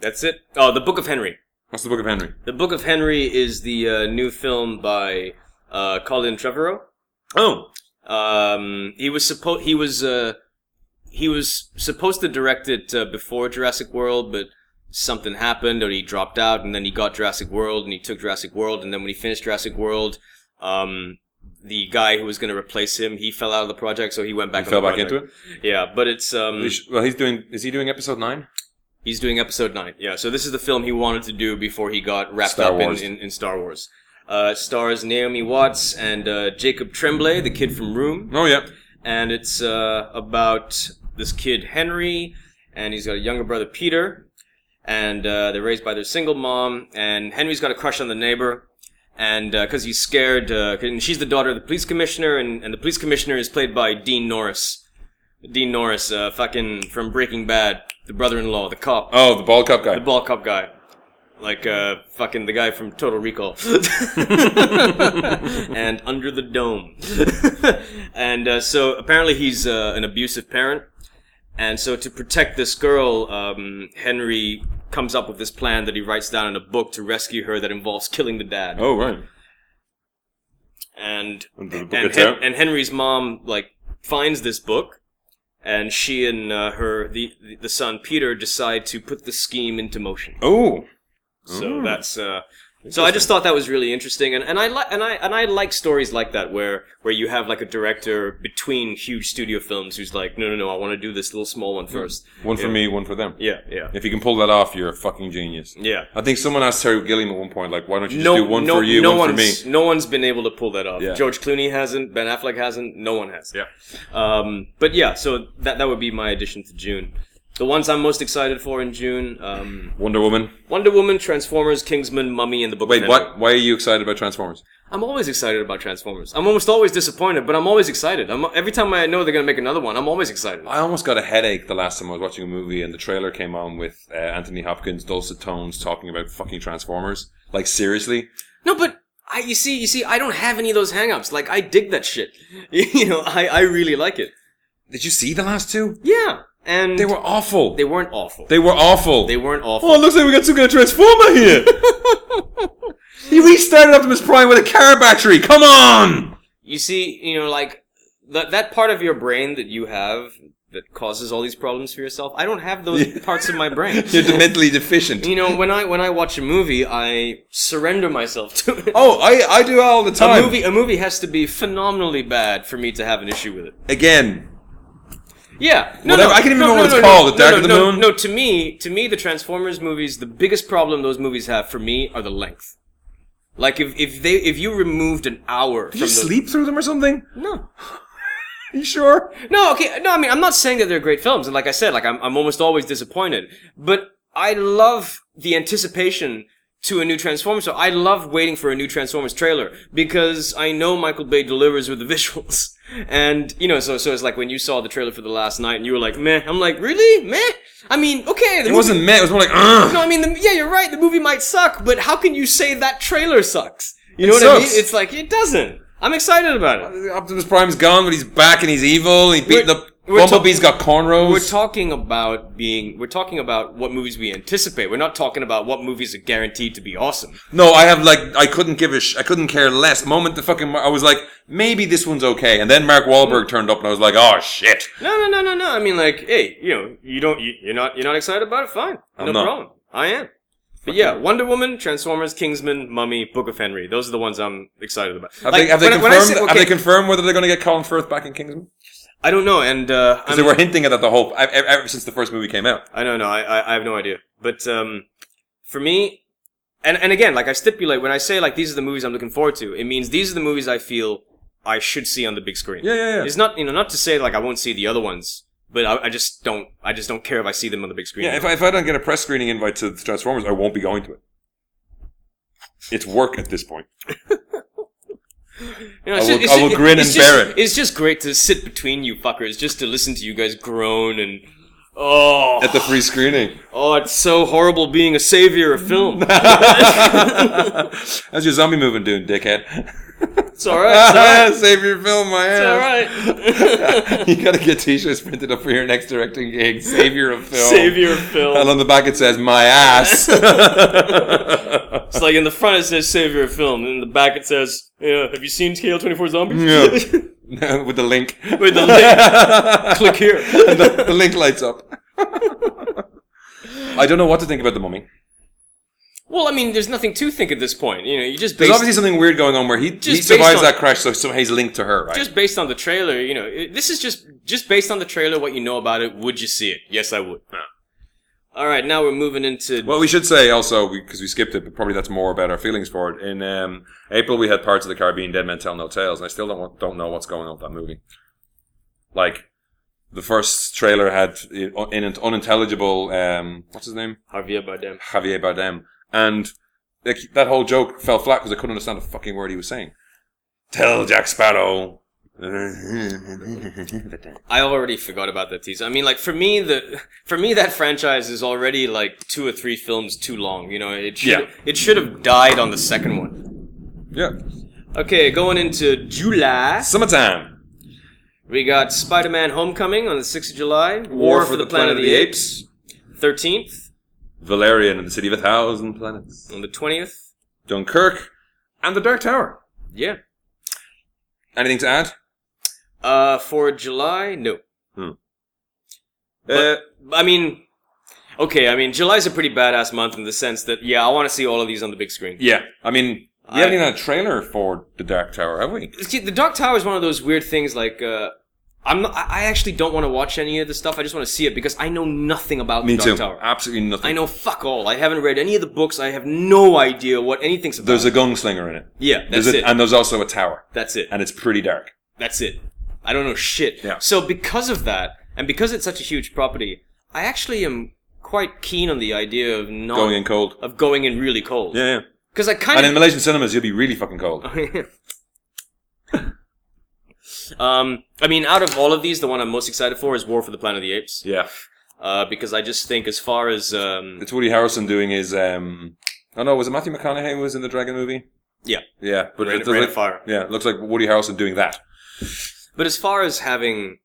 A: That's it. Oh, the Book of Henry.
B: What's the Book of Henry?
A: The Book of Henry is the uh, new film by uh, Colin Trevorrow.
B: Oh!
A: Um, he was supposed he was uh, he was supposed to direct it uh, before Jurassic World, but something happened, or he dropped out, and then he got Jurassic World, and he took Jurassic World, and then when he finished Jurassic World, um, the guy who was going to replace him he fell out of the project, so he went back.
B: He fell back into it?
A: Yeah, but it's um,
B: We sh- Well, he's doing, is he doing episode 9?
A: He's doing episode nine. Yeah, so this is the film he wanted to do before he got wrapped
B: Star
A: up in,
B: Wars.
A: in, in Star Wars. Uh, it stars Naomi Watts and uh, Jacob Tremblay, the kid from Room,
B: Oh, yeah.
A: and it's uh, about this kid Henry, and he's got a younger brother Peter, and uh, they're raised by their single mom, and Henry's got a crush on the neighbor, and because he's scared, uh, 'cause- and she's the daughter of the police commissioner, and, and the police commissioner is played by Dean Norris. Dean Norris, uh, fucking from Breaking Bad, the brother-in-law, the cop
B: Oh, the bald cop guy.
A: the ball cup guy. Like uh, fucking the guy from Total Recall, and Under the Dome, and uh, so apparently he's uh, an abusive parent, and so to protect this girl, um, Henry comes up with this plan that he writes down in a book to rescue her that involves killing the dad,
B: oh, right.
A: and
B: And the book
A: and,
B: gets
A: Hen-
B: out.
A: and Henry's mom like finds this book, and she and uh, her the the son Peter decide to put the scheme into motion.
B: oh!
A: So
B: Mm.
A: that's uh, so I just thought that was really interesting, and, and I like and I and I like stories like that where where you have like a director between huge studio films who's like, no, no, no, I want to do this little small
B: Hmm.
A: one first.
B: One for
A: Yeah.
B: me, one for them.
A: Yeah, yeah,
B: If you can pull that off, you're a fucking genius.
A: yeah.
B: I think someone asked Terry Gilliam at one point, like, why don't you just do one
A: no,
B: for you,
A: no
B: one for me?
A: one's, No one's been able to pull that off.
B: Yeah.
A: George Clooney hasn't. Ben Affleck hasn't. No one has.
B: Yeah.
A: Um, but yeah, so that that would be my addition to June. The ones I'm most excited for in June: um,
B: Wonder Woman.
A: Wonder Woman, Transformers, Kingsman, Mummy, and the Book. of
B: Wait,
A: Henry.
B: what? Why are you excited about Transformers?
A: I'm always excited about Transformers. I'm almost always disappointed, but I'm always excited. I'm, every time I know they're gonna make another one, I'm always excited.
B: I almost got a headache the last time I was watching a movie and the trailer came on with uh, Anthony Hopkins, dulcet tones, talking about fucking Transformers. Like seriously,
A: No, but I, you see, you see, I don't have any of those hangups. Like I dig that shit. you know, I, I really like it.
B: did you see the last two?
A: Yeah, and
B: They were awful.
A: they weren't awful. They,
B: They were awful.
A: weren't awful.
B: oh, it looks like we got some kind of Transformer here. he restarted Optimus Prime with a car battery. Come on.
A: You see, you know, like that that part of your brain that you have that causes all these problems for yourself. I don't have those
B: Yeah.
A: parts of my brain.
B: You're mentally deficient.
A: you know, when I when I watch a movie, I surrender myself to it.
B: Oh, I I do all the time.
A: A movie, a movie has to be phenomenally bad for me to have an issue with it.
B: again.
A: Yeah, no,
B: Whatever.
A: no,
B: I can't even
A: no,
B: remember
A: no,
B: what
A: no, no,
B: it's called, The
A: no,
B: Dark
A: no,
B: of the
A: no,
B: Moon?
A: No, to me, to me, the Transformers movies, the biggest problem those movies have for me are the length. Like if, if they if you removed an hour
B: Did
A: from
B: you
A: the-
B: sleep through them or something?
A: No.
B: you sure?
A: No, okay, no, I mean, I'm not saying that they're great films, and like I said, like I'm, I'm almost always disappointed. But I love the anticipation to a new Transformers. So I love waiting for a new Transformers trailer because I know Michael Bay delivers with the visuals. And you know, so so it's like when you saw the trailer for the last night, and you were like, "Meh." I'm like, "Really? Meh?" I mean, okay, the
B: It wasn't meh. It was more like, Ugh.
A: No, I mean, the, yeah, you're right. The movie might suck, but how can you say that trailer sucks? You know
B: It
A: what I
B: sucks.
A: mean? It's like it doesn't. I'm excited about it.
B: Optimus Prime's gone, but he's back and he's evil. And he's beating
A: We're-
B: up.
A: we're talk-
B: Bumblebee's got cornrows.
A: We're talking about being. We're talking about what movies we anticipate. We're not talking about what movies are guaranteed to be awesome.
B: no, I have like I couldn't give a sh- I couldn't care less. Moment the fucking I was like maybe this one's okay, and then Mark Wahlberg turned up and I was like oh shit.
A: No, no, no, no, no. I mean, like, hey, you know, you don't. You, you're not. You're not excited about it. Fine,
B: I'm
A: no
B: not.
A: problem. I am. But yeah, Wonder Woman, Transformers, Kingsman, Mummy, Book of Henry. Those are the ones I'm excited about.
B: Have
A: Like,
B: they, have, they
A: when I- when I
B: confirmed,
A: say-
B: have
A: okay,
B: they confirmed whether they're going to get Colin Firth back in Kingsman?
A: I don't know, and uh,
B: Because
A: I'm-
B: they were hinting at that the whole ever, ever since the first movie came out.
A: I don't know. I, I, I have no idea. But um, for me, and and again, like I stipulate when I say like these are the movies I'm looking forward to, it means these are the movies I feel I should see on the big screen.
B: Yeah, yeah, yeah.
A: It's not you know not to say like I won't see the other ones, but I, I just don't I just don't care if I see them on the big screen.
B: Yeah, if I, if I don't get a press screening invite to the Transformers, I won't be going to it. It's work at this point.
A: You know, it's
B: I
A: ju-
B: will-
A: it's
B: I
A: ju-
B: will grin
A: it's
B: and
A: just-
B: bear it.
A: It's just great to sit between you fuckers, just to listen to you guys groan and oh,
B: At the free screening.
A: oh, it's so horrible being a savior of film.
B: How's your zombie movement doing, dickhead?
A: it's all right. It's all right.
B: Save your film, my
A: It's all
B: ass.
A: right.
B: you gotta get t-shirts printed up for your next directing gig. Savior of film.
A: Savior of film.
B: And on the back it says, my ass.
A: It's like in the front it says "Savior of Film," and in the back it says, yeah, "Have you seen KL24 Zombies?"
B: Yeah. With the link.
A: With the link. Click here.
B: And the, the link lights up. I don't know what to think about the mummy.
A: well, I mean, there's nothing to think at this point. You know, you just
B: There's
A: based,
B: obviously something weird going on where he, he
A: based
B: survives
A: on-
B: that crash, so somehow he's linked to her, right?
A: just based on the trailer. You know, it, this is just just based on the trailer. What you know about it? Would you see it? Yes, I would. All right, now we're moving into.
B: well, we should say also because we, skipped it, but probably that's more about our feelings for it. In um, April, we had parts of the Caribbean Dead Men Tell No Tales, and I still don't want, don't know what's going on with that movie. Like the first trailer had uh, an unintelligible um, what's his name
A: Javier Bardem.
B: Javier Bardem, and like, that whole joke fell flat because I couldn't understand a fucking word he was saying. Tell Jack Sparrow.
A: I already forgot about that teaser. I mean, like for me, the for me that franchise is already like two or three films too long. You know, it should
B: Yeah.
A: it should have died on the second one.
B: yeah,
A: Okay, going into July,
B: summertime.
A: we got Spider-Man: Homecoming on the 6th of July, War, for, the, Planet, of the Apes, 13th,
B: Valerian and the City of a Thousand Planets,
A: on the 20th.
B: Dunkirk, and the Dark Tower.
A: Yeah.
B: Anything to add?
A: Uh, for July, no.
B: Uh,
A: I mean, okay, I mean, July's a pretty badass month in the sense that, yeah, I want to see all of these on the big screen.
B: yeah, I mean, we
A: I-
B: haven't even had a trailer for the Dark Tower, have we?
A: See, the Dark Tower is one of those weird things, like, uh, I'm not, I I actually don't want to watch any of this stuff. I just want to see it because I know nothing about the Dark Tower.
B: Absolutely nothing.
A: I know fuck all. I haven't read any of the books. I have no idea what anything's about.
B: There's a gunslinger in it.
A: yeah, that's
B: There's a,
A: it.
B: And there's also a tower,
A: That's it.
B: and it's pretty dark.
A: That's it. I don't know shit.
B: Yeah.
A: So because of that, and because it's such a huge property, I actually am quite keen on the idea of not
B: Going in cold.
A: of going in really cold.
B: Yeah, yeah.
A: Because I
B: And in
A: kind
B: Malaysian cinemas, you'll be really fucking cold.
A: of. um, I mean, out of all of these, the one I'm most excited for is War for the Planet of the Apes.
B: Yeah.
A: Uh, because I just think, as far as um,
B: It's Woody Harrelson doing his, um, oh no, was it Matthew McConaughey who was in the Dragon movie?
A: Yeah.
B: Yeah. But
A: Rain-
B: it doesn't-
A: Rain of Fire.
B: Yeah, it looks like Woody Harrelson doing that.
A: But as far as having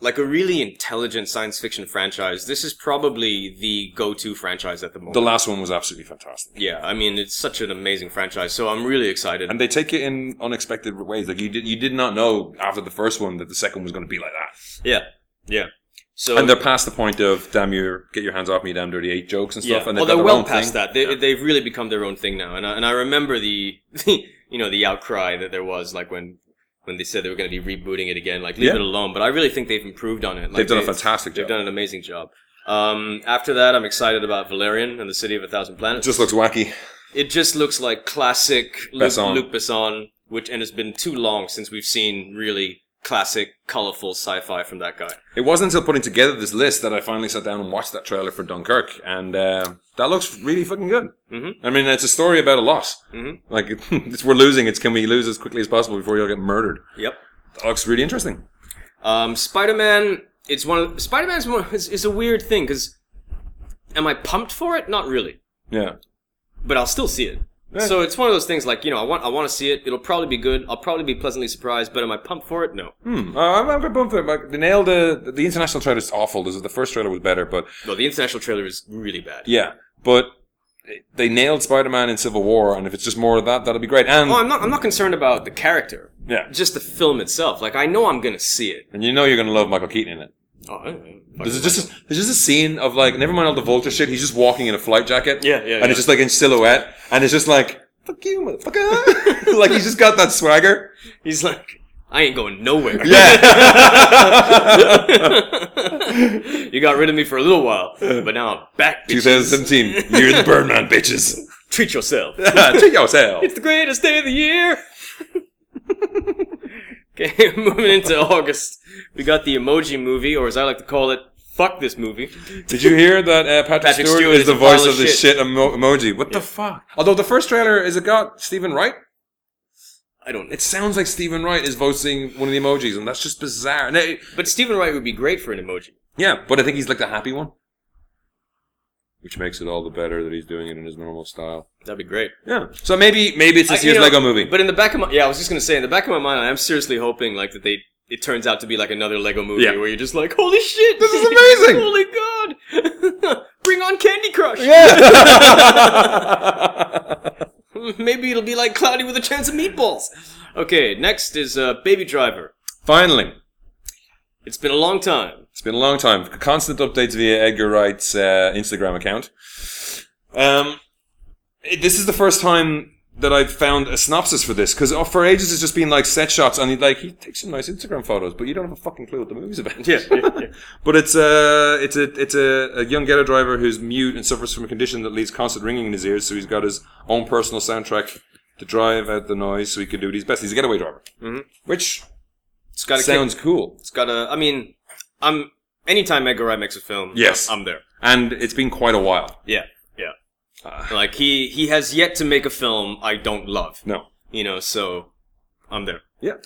A: like a really intelligent science fiction franchise, this is probably the go-to franchise at the moment.
B: The last one was absolutely fantastic.
A: yeah, I mean it's such an amazing franchise, so I'm really excited.
B: and they take it in unexpected ways. Like you did, you did not know after the first one that the second was going to be like that.
A: yeah, yeah. So
B: And they're past the point of "damn you, get your hands off me, damn dirty eight jokes and
A: yeah,
B: stuff. And
A: well,
B: they've
A: they're
B: got their
A: well
B: own
A: past
B: thing.
A: that. They,
B: Yeah.
A: They've really become their own thing now, and I, and I remember the, you know the outcry that there was like when when they said they were going to be rebooting it again, like leave
B: Yeah.
A: it alone. But I really think they've improved on it. Like,
B: they've done a
A: they-
B: fantastic
A: They've
B: job.
A: done an amazing job. Um, after that, I'm excited about Valerian and the City of a Thousand Planets.
B: Just looks wacky.
A: It just looks like classic Luc
B: Besson.
A: Luc Besson, which and it's been too long since we've seen really classic, colorful sci-fi from that guy.
B: It wasn't until putting together this list that I finally sat down and watched that trailer for Dunkirk, and uh, that looks really fucking good.
A: Mhm.
B: I mean, it's a story about a loss.
A: Mhm.
B: Like, it's, we're losing. It's can we lose as quickly as possible before you all get murdered?
A: Yep.
B: That looks really interesting.
A: Um, Spider Man. It's one of Spider Man's one is, is a weird thing because am I pumped for it? Not really,
B: Yeah.
A: but I'll still see it.
B: Yeah.
A: So it's one of those things like you know I want I want to see it. It'll probably be good. I'll probably be pleasantly surprised. But am I pumped for it? No.
B: Hmm. Uh, I'm, I'm a bit bummed for it. Like, They nailed the the international trailer is awful. This is- The first trailer was better, but
A: No, the international trailer is really bad.
B: yeah, but they nailed Spider-Man in Civil War, and if it's just more of that, that'll be great. And
A: Oh, I'm not I'm not concerned about the character.
B: yeah,
A: Just the film itself. Like I know I'm gonna see it.
B: and you know you're gonna love Michael Keaton in it.
A: Oh, I don't know.
B: There's just a, there's just a scene of like never mind all the vulture shit. He's just walking in a flight jacket.
A: Yeah, yeah,
B: And
A: yeah.
B: it's just like in silhouette, and it's just like fuck you, motherfucker. like he's just got that swagger.
A: He's like, I ain't going nowhere.
B: Yeah.
A: you got rid of me for a little while, but now I'm back. bitch.
B: 2017, you're the Birdman, bitches.
A: Treat yourself.
B: Treat yourself.
A: It's the greatest day of the year. okay, moving into August, we got the Emoji Movie, or as I like to call it, "Fuck This Movie."
B: Did you hear that uh, Patrick,
A: Patrick
B: Stewart,
A: Stewart
B: is
A: is
B: the
A: a pile
B: voice
A: of
B: of the
A: shit.
B: shit, emo- emoji? What the fuck? Although the first trailer is it got Stephen Wright?
A: I don't.
B: It sounds like Stephen Wright is voicing one of the emojis, and that's just bizarre. And it-
A: But Stephen Wright would be great for an emoji.
B: yeah, but I think he's like the happy one, which makes it all the better that he's doing it in his normal style.
A: That'd be great.
B: Yeah. So maybe maybe it's this
A: I- you
B: year's
A: know,
B: Lego movie.
A: But in the back of my yeah, I was just gonna say in the back of my mind, I am seriously hoping like that they it turns out to be like another Lego movie
B: Yeah.
A: where you're just like, holy shit,
B: This is amazing!"
A: holy god, bring on Candy Crush.
B: yeah.
A: Maybe it'll be like Cloudy with a Chance of Meatballs. Okay, next is uh, Baby Driver.
B: Finally,
A: It's been a long time.
B: It's been a long time. Constant updates via Edgar Wright's uh, Instagram account. Um, it- this is the first time that I've found a synopsis for this because for ages it's just been like set shots and he like he takes some nice Instagram photos, but you don't have a fucking clue what the movie's about.
A: Yeah, yeah, yeah.
B: but it's a it's a it's a, a young ghetto driver who's mute and suffers from a condition that leaves constant ringing in his ears, so he's got his own personal soundtrack to drive out the noise, so he can do what he's best. He's a getaway driver,
A: Mhm.
B: which
A: It's got a kick.
B: sounds cool.
A: It's got a. I mean, I'm anytime Edgar Wright makes a film.
B: Yes.
A: I'm there.
B: And it's been quite a while.
A: Yeah, yeah.
B: Ah.
A: like he he has yet to make a film I don't love.
B: No.
A: You know, so I'm there.
B: Yeah.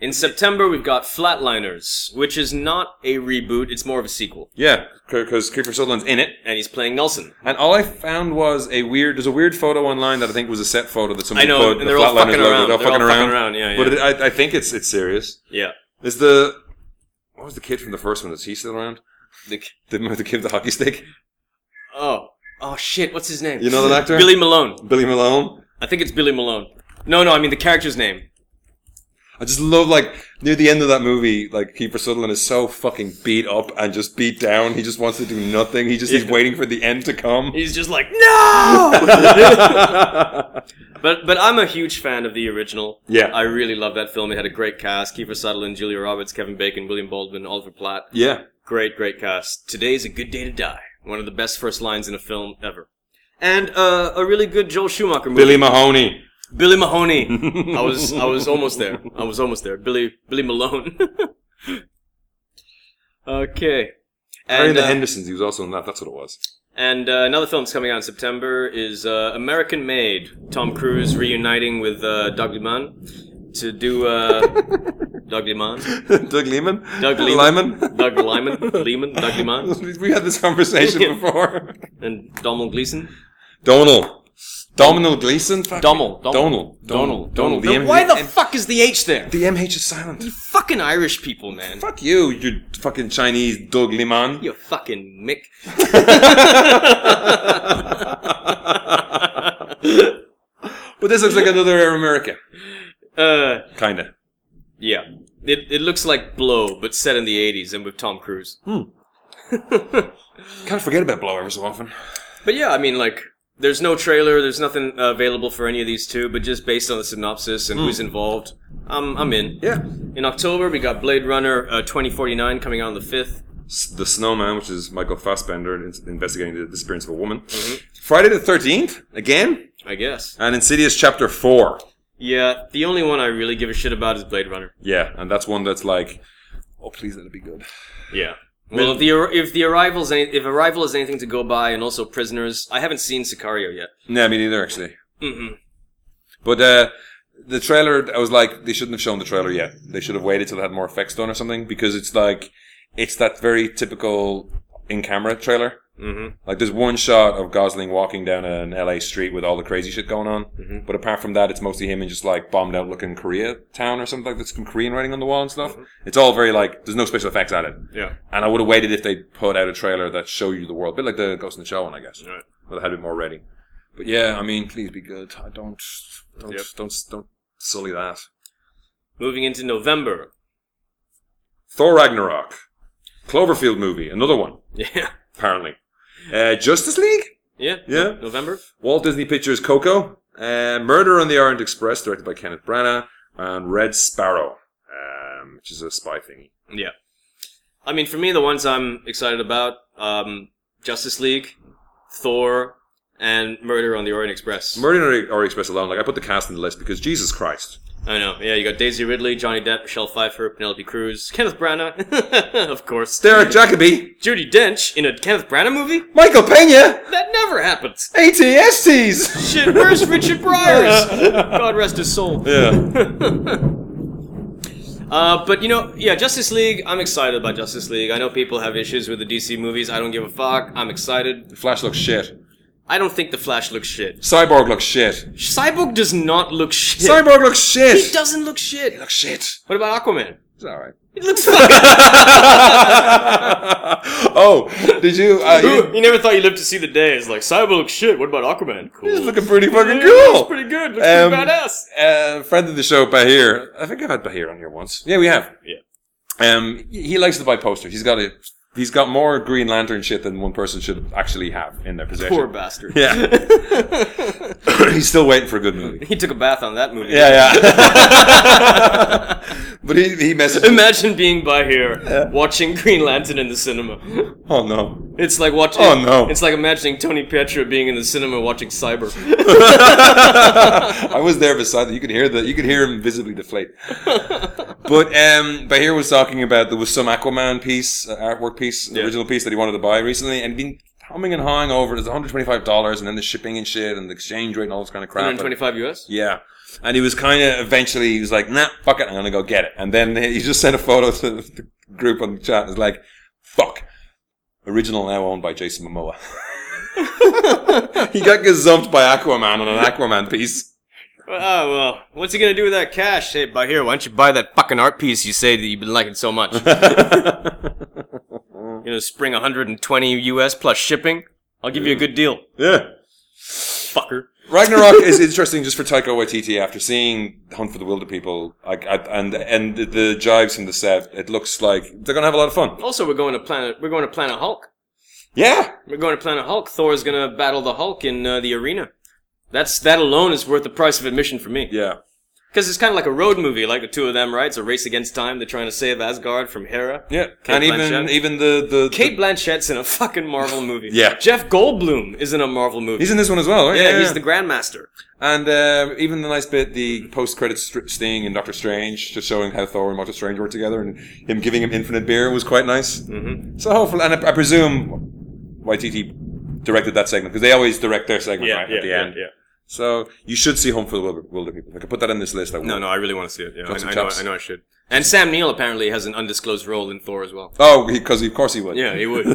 A: In September, we've got Flatliners, which is not a reboot; it's more of a sequel,
B: Yeah, because Kiefer Sutherland's in it.
A: and he's playing Nelson.
B: And all I found was a weird. There's a weird photo online that I think was a set photo that somebody
A: I know,
B: put.
A: and they're all
B: Flatliners
A: fucking
B: logo,
A: around.
B: They're all
A: They're all
B: fucking
A: fucking
B: around.
A: around, yeah,
B: But
A: yeah.
B: it, I, I think it's it's serious.
A: Yeah,
B: Is the what was the kid from the first one? Is he still around?
A: the,
B: The, the kid with the hockey stick,
A: Oh, oh shit! What's his name?
B: You know that actor?
A: Billy Malone.
B: Billy Malone.
A: I think it's Billy Malone. No, no, I mean the character's name.
B: I just love like near the end of that movie, like Kiefer Sutherland is so fucking beat up and just beat down. He just wants to do nothing. He just he's
A: Yeah.
B: waiting for the end to come.
A: He's just like no. but but I'm a huge fan of the original.
B: Yeah.
A: I really love that film. It had a great cast: Kiefer Sutherland, Julia Roberts, Kevin Bacon, William Baldwin, Oliver Platt.
B: yeah.
A: Great, great cast. Today's a good day to die. One of the best first lines in a film ever. And uh, a really good Joel Schumacher movie.
B: Billy Mahoney.
A: Billy Mahoney. I was I was almost there. I was almost there. Billy Billy Malone. okay.
B: Harry
A: And,
B: and the
A: uh,
B: Hendersons. He was also in that. That's what it was.
A: and uh, another film that's coming out in September is uh, American Made. Tom Cruise reuniting with uh, Doug Liman to do uh, Doug Liman,
B: Doug Lehman?
A: Doug Lehman.
B: Lyman?
A: Doug Lyman, Lehman, Doug Liman,
B: we had this conversation before.
A: and Donald Gleason.
B: Donal. Domino Gleason?
A: Donald.
B: Donal.
A: Donald.
B: Donald.
A: Donald. Why the fuck is the H there?
B: The MH is silent.
A: Fucking Irish people, man.
B: Fuck you, you fucking Chinese Doug Liman.
A: You fucking Mick.
B: But this looks like another Air America.
A: Uh,
B: Kinda.
A: yeah. It, it looks like Blow, but set in the 80s and with Tom Cruise.
B: Can't forget about Blow every so often.
A: But yeah, I mean, like, there's no trailer, there's nothing uh, available for any of these two, but just based on the synopsis and who's involved, I'm, I'm in.
B: Yeah.
A: In October, we got Blade Runner uh, 2049 coming out on the 5th.
B: S- The Snowman,
A: Mm-hmm.
B: which is Michael Fassbender in- investigating the disappearance of a woman. Friday the 13th, again.
A: I guess.
B: And Insidious Chapter 4.
A: Yeah, the only one I really give a shit about is Blade Runner.
B: Yeah, and that's one that's like, oh, please let it be good.
A: Yeah. Well, if the if the arrivals any- if arrival is anything to go by, and also prisoners, I haven't seen Sicario yet.
B: Yeah, me neither, actually.
A: Mm-mm.
B: But uh, the trailer, I was like, they shouldn't have shown the trailer yet. They should have waited till they had more effects done or something because it's like, it's that very typical in camera trailer.
A: Mm-hmm.
B: Like, there's one shot of Gosling walking down an LA street with all the crazy shit going on.
A: Mhm.
B: But apart from that, it's mostly him in just like bombed out looking Korea town or something like that. Some Korean writing on the wall and stuff. It's all very like, there's no special effects added.
A: Yeah.
B: And I would have waited if they put out a trailer that showed you the world. A bit like the Ghost in the Shell one, I guess.
A: Right.
B: Would have had a bit more ready. But yeah, I mean, please be good. I don't, don't,
A: Yep.
B: don't, don't sully that.
A: Moving into November.
B: Thor Ragnarok. Cloverfield movie. Another one,
A: Yeah.
B: apparently. Uh, Justice League?
A: Yeah.
B: Yeah.
A: November.
B: Walt Disney Pictures Coco. Uh, Murder on the Orient Express, directed by Kenneth Branagh. And Red Sparrow, um, which is a spy thingy.
A: Yeah. I mean, for me, the ones I'm excited about: um, Justice League, Thor, and Murder on the Orient Express.
B: Murder on the Orient Express alone, like, I put the cast in the list because Jesus Christ.
A: I know. Yeah, you got Daisy Ridley, Johnny Depp, Michelle Pfeiffer, Penelope Cruz, Kenneth Branagh, of course.
B: Derek Jacobi.
A: Judy Dench in a Kenneth Branagh movie?
B: Michael Pena.
A: That never happens.
B: ATSTs!
A: Shit, where's Richard Briers? God rest his soul.
B: Yeah.
A: Uh, but you know, yeah, Justice League. I'm excited about Justice League. I know people have issues with the DC movies. I don't give a fuck. I'm excited.
B: The Flash looks shit.
A: I don't think the Flash looks shit.
B: Cyborg looks shit.
A: Cyborg does not look shit.
B: Cyborg looks shit!
A: He doesn't look shit.
B: looks shit.
A: What about Aquaman?
B: It's alright.
A: He looks fucking.
B: oh, did you? Uh,
A: Ooh,
B: you
A: you never thought you lived to see the day. It's like Cyborg looks shit. What about Aquaman? Cool.
B: he's looking pretty fucking
A: Yeah,
B: cool.
A: Looks pretty good. Looks
B: Um,
A: pretty badass.
B: Uh, friend of the show, Bahir. I think I've had Bahir on here once. Yeah, we have.
A: Yeah.
B: Um, he he likes to buy posters. He's got a, he's got more Green Lantern shit than one person should actually have in their possession.
A: Poor bastard.
B: Yeah. he's still waiting for a good movie.
A: he took a bath on that movie.
B: Yeah, yeah. but he he messaged.
A: Imagine being by here, watching Green Lantern in the cinema.
B: Oh no.
A: It's like watching.
B: Oh, no.
A: It's like imagining Tony Petra being in the cinema watching Cyber.
B: I was there beside them. You could hear the you could hear him visibly deflate. But um, Bahir was talking about there was some Aquaman piece, uh, artwork piece,
A: Yeah.
B: original piece that he wanted to buy recently, and he'd been humming and hawing over. It's one hundred twenty five dollars, and then the shipping and shit, and the exchange rate, and all this kind of crap. And-
A: 125 US.
B: yeah. And he was kind of eventually, he was like, nah, fuck it, I'm going to go get it. And then he just sent a photo to the group on the chat and was like, fuck. Original now owned by Jason Momoa. he got gazumped by Aquaman on an Aquaman piece.
A: Oh well, what's he gonna do with that cash? Hey, by here, why don't you buy that fucking art piece you say that you've been liking so much? you know, spring 120 US plus shipping. I'll give you a good deal,
B: Yeah.
A: fucker.
B: Ragnarok is interesting just for Taika Waititi after seeing Hunt for the Wilder People like, I, and and the, the jives from the set. It looks like they're going to have a lot of fun.
A: Also, we're going to Planet. We're going to Planet Hulk.
B: Yeah.
A: We're going to Planet Hulk. Thor's gonna battle the Hulk in uh, the arena. That's that alone is worth the price of admission for me.
B: Yeah.
A: Because it's kind of like a road movie, like the two of them, right? It's a race against time. They're trying to save Asgard from Hera.
B: Yeah.
A: Kate
B: and even
A: Blanchett.
B: even the, the, the
A: Kate Blanchett's in a fucking Marvel movie.
B: Yeah.
A: Jeff Goldblum is in a Marvel movie.
B: He's in this one as well, right?
A: yeah, he's the Grandmaster.
B: And uh, even the nice bit, the post-credit st- sting in Doctor Strange, just showing how Thor and Doctor Strange work together, and him giving him infinite beer was quite nice. Mm-hmm. So hopefully, and I, I presume YTT directed that segment because they always direct their segment right, at the end. So you should see Home for the Wilder, Wilder People. If I could put that in this list. I would.
A: No, no, I really want to see it. Yeah, I,
B: some
A: I know,
B: chops.
A: I know I should. And Sam Neill apparently has an undisclosed role in Thor as well.
B: Oh, because of course he would.
A: Yeah, he would.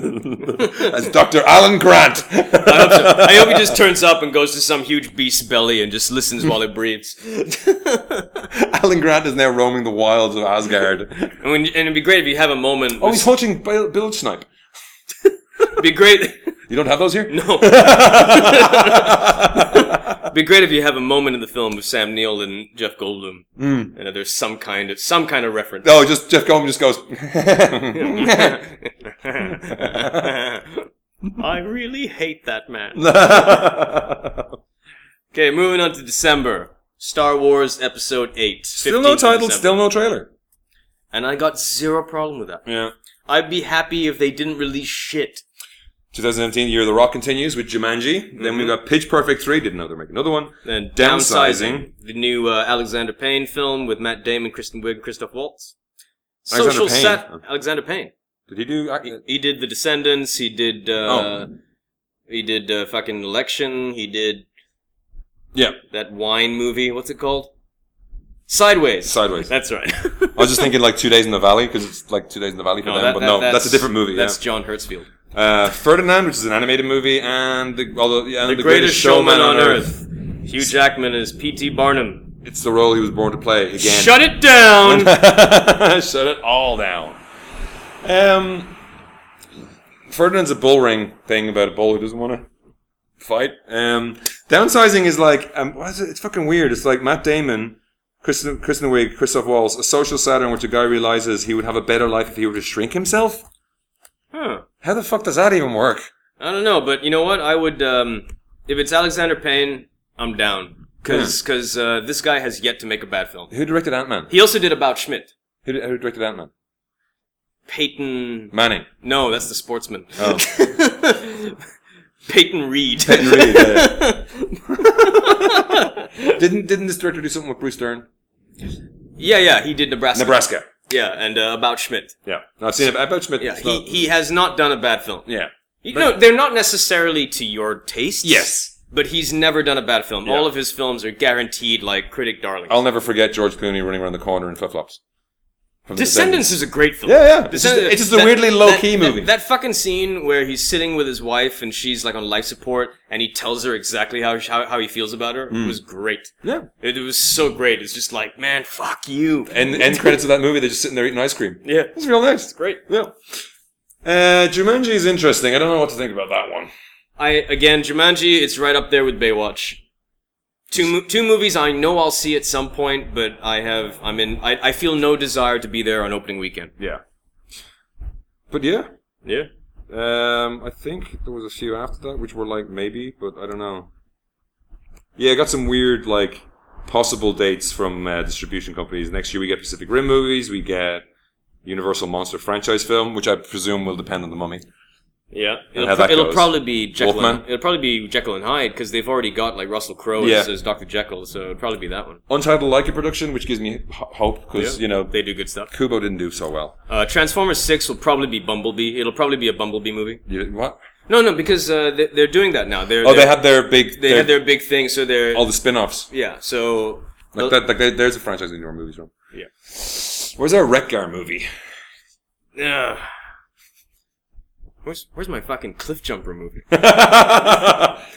B: As Doctor Alan Grant.
A: I hope, so. I hope he just turns up and goes to some huge beast's belly and just listens while it breathes.
B: Alan Grant is now roaming the wilds of Asgard.
A: And, when, and it'd be great if you have a moment.
B: Oh, he's watching Bill, Bill Snipe.
A: It'd be great.
B: You don't have those here.
A: No. It'd be great if you have a moment in the film with Sam Neill and Jeff Goldblum, mm. and that there's some kind of some kind of reference.
B: No, just Jeff Goldblum just goes.
A: I really hate that man.
B: Still
A: Okay, moving on to December. Star Wars Episode Eight.
B: no
A: 15th of
B: title,
A: December.
B: still no trailer.
A: And I got zero problem with that.
B: Yeah.
A: I'd be happy if they didn't release shit.
B: 2017, Year of the Rock continues with Jumanji. Then we've got Pitch Perfect 3, didn't know they're making another one.
A: And
B: Downsizing.
A: the new uh, Alexander Payne film with Matt Damon, Kristen Wiig, Christoph Waltz.
B: Alexander
A: Social
B: Payne.
A: sat Alexander Payne.
B: Did he do? uh,
A: He, he did The Descendants. He did. Uh,
B: Oh.
A: He did uh, fucking Election. He did
B: Yeah,
A: that wine movie. What's it called? Sideways.
B: Sideways. I
A: That's right.
B: was just thinking like Two Days in the Valley because it's like Two Days in the Valley for them, but no, that's, a different movie.
A: That's
B: yeah.
A: John Hertzfield.
B: Uh, Ferdinand, which is an animated movie, and the, although, yeah, and
A: The, greatest, showman, on earth. Hugh Jackman is P.T. Barnum.
B: It's the role he was born to play again.
A: Shut it down.
B: Shut it all down. Um, Ferdinand's a bull ring thing about a bull who doesn't want to fight. Um, downsizing is like, um, what is it? It's fucking weird. It's like Matt Damon, Kristen, Kristen Wiig, Christoph Waltz, a social satire in which a guy realizes he would have a better life if he were to shrink himself.
A: huh.
B: How the fuck does that even work?
A: I don't know, but you know what? I would um, if it's Alexander Payne, I'm down because uh, this guy has yet to make a bad film.
B: Who directed Ant Man?
A: He also did About Schmidt.
B: Who, di- who directed Ant Man?
A: Peyton.
B: Manning.
A: No, that's the sportsman.
B: Oh.
A: Peyton Reed.
B: Peyton Reed, didn't didn't this director do something with Bruce Dern?
A: yeah, yeah, he did Nebraska.
B: Nebraska.
A: Yeah, and uh, About Schmidt.
B: Yeah. No, I've seen it. About Schmidt.
A: Yeah,
B: it's
A: he,
B: not-
A: he has not done a bad film.
B: yeah.
A: You know, they're not necessarily to your taste.
B: Yes.
A: But he's never done a bad film.
B: Yeah.
A: All of his films are guaranteed like critic darlings.
B: I'll never forget George Clooney running around the corner in flip flops.
A: Descendants is a great film.
B: Yeah, yeah. It's just- it's just a weirdly low-key
A: that-
B: movie.
A: That, fucking scene where he's sitting with his wife and she's like on life support and he tells her exactly how how, how he feels about her
B: Mm.
A: was great.
B: Yeah.
A: It, was so great. It's just like, man, fuck you.
B: And end credits of that movie, they're just sitting there eating ice cream.
A: yeah,
B: It's real nice.
A: great.
B: Yeah. Uh, Jumanji is interesting. I don't know what to think about that one.
A: I again, Jumanji. It's right up there with Baywatch. Two mo- two movies I know I'll see at some point, but I have I'm in. I, I feel no desire to be there on opening weekend.
B: Yeah. But yeah,
A: Yeah.
B: um, I think there was a few after that which were like maybe, but I don't know. Yeah, I got some weird like possible dates from uh, distribution companies. Next year we get Pacific Rim movies. We get Universal Monster franchise film, which I presume will depend on the Mummy.
A: Yeah,
B: And
A: it'll,
B: how
A: pro-
B: that
A: it'll
B: goes.
A: probably be Jekyll. And,
B: Wolfman?
A: it'll probably be Jekyll and Hyde because they've already got like Russell Crowe
B: Yeah.
A: as, as Doctor Jekyll, so it'd probably be that one.
B: Untitled Leica production, which gives me h- hope because
A: Yeah.
B: you know
A: They do good stuff.
B: Kubo didn't do so well.
A: Uh, Transformers Six will probably be Bumblebee. It'll probably be a Bumblebee movie.
B: You, what?
A: No, no, because uh, they, they're doing that now. They're,
B: Oh,
A: they're-
B: they had their big.
A: they
B: their,
A: had their big thing, so they're
B: all the spin-offs.
A: yeah. So uh,
B: Like that. Like there- there's a franchise in your movies from.
A: Yeah.
B: Where's our Retgar movie?
A: Ugh. where's where's my fucking Cliff Jumper movie?
B: Cliff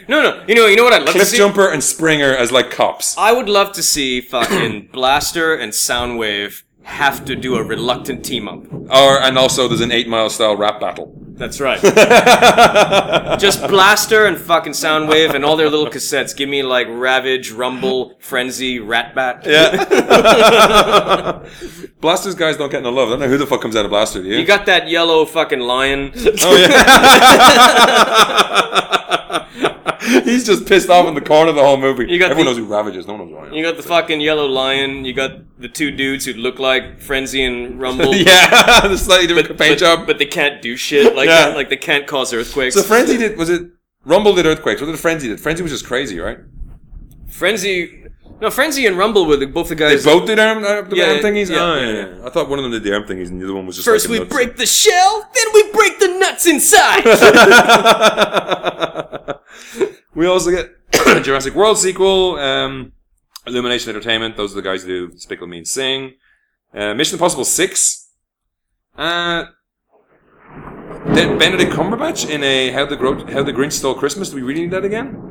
A: No, no, you know, you know what I'd love to see.
B: Jumper and Springer as like cops.
A: I would love to see fucking Blaster and Soundwave have to do a reluctant team up.
B: Or and also there's an Eight Mile style rap battle.
A: That's right. Just Blaster and fucking Soundwave and all their little cassettes. Give me like Ravage, Rumble, Frenzy, Ratbat.
B: Yeah. Blaster's guys don't get no love. I don't know who the fuck comes out of Blaster. Do you?
A: You got that yellow fucking lion.
B: Oh yeah. He's just pissed off in the corner the whole movie.
A: got
B: Everyone
A: the-
B: knows who Ravage is. No one knows who I am.
A: You got the fucking yellow lion. You got the two dudes who look like Frenzy and Rumble.
B: yeah, the slightly different paint
A: But,
B: job.
A: but they can't do shit. Like
B: Yeah.
A: like they can't cause earthquakes.
B: so Frenzy did was it Rumble did earthquakes. What did Frenzy did? Frenzy was just crazy, right?
A: Frenzy. No, Frenzy and Rumble were the, both the
B: They
A: guys.
B: both did arm, uh, the
A: Yeah,
B: arm thingies.
A: yeah,
B: oh,
A: yeah,
B: yeah, yeah. I thought one of them did the arm thingies, and the other one was just
A: First we
B: like a nuts.
A: break the shell, then we break the nuts inside.
B: we also get Jurassic World sequel, um, Illumination Entertainment. Those are the guys who do Spickle Mean Sing. Uh, Mission Impossible Six. Uh, De- Benedict Cumberbatch in a How the Gro- How the Grinch Stole Christmas. Do we really need that again?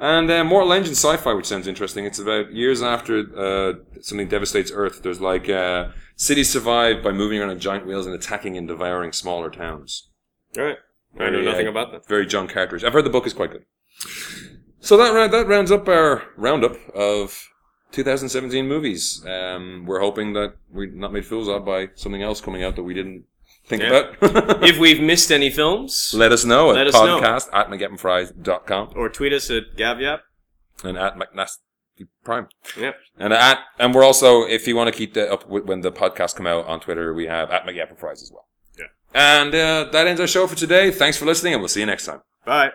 B: And uh, Mortal Engine Sci-Fi, which sounds interesting. It's about years after uh, something devastates Earth. There's like uh, cities survive by moving around on giant wheels and attacking and devouring smaller towns.
A: all right. I know
B: Very, uh,
A: nothing about that.
B: Very John Cartridge. I've heard the book is quite good. So that round, that rounds up our roundup of 2017 movies. Um, we're hoping that we're not made fools of by something else coming out that we didn't think
A: Yeah.
B: about.
A: If we've missed any films,
B: Let us know
A: Let us
B: at
A: know.
B: podcast at mcgettinfries.com
A: or tweet us at GavYap.
B: and at McNasty Prime.
A: Yep.
B: And at and we're also if you want to keep that up with, when the podcasts come out on Twitter, we have at McGapper Fries as well. And uh, that ends our show for today. Thanks for listening, and we'll see you next time.
A: Bye.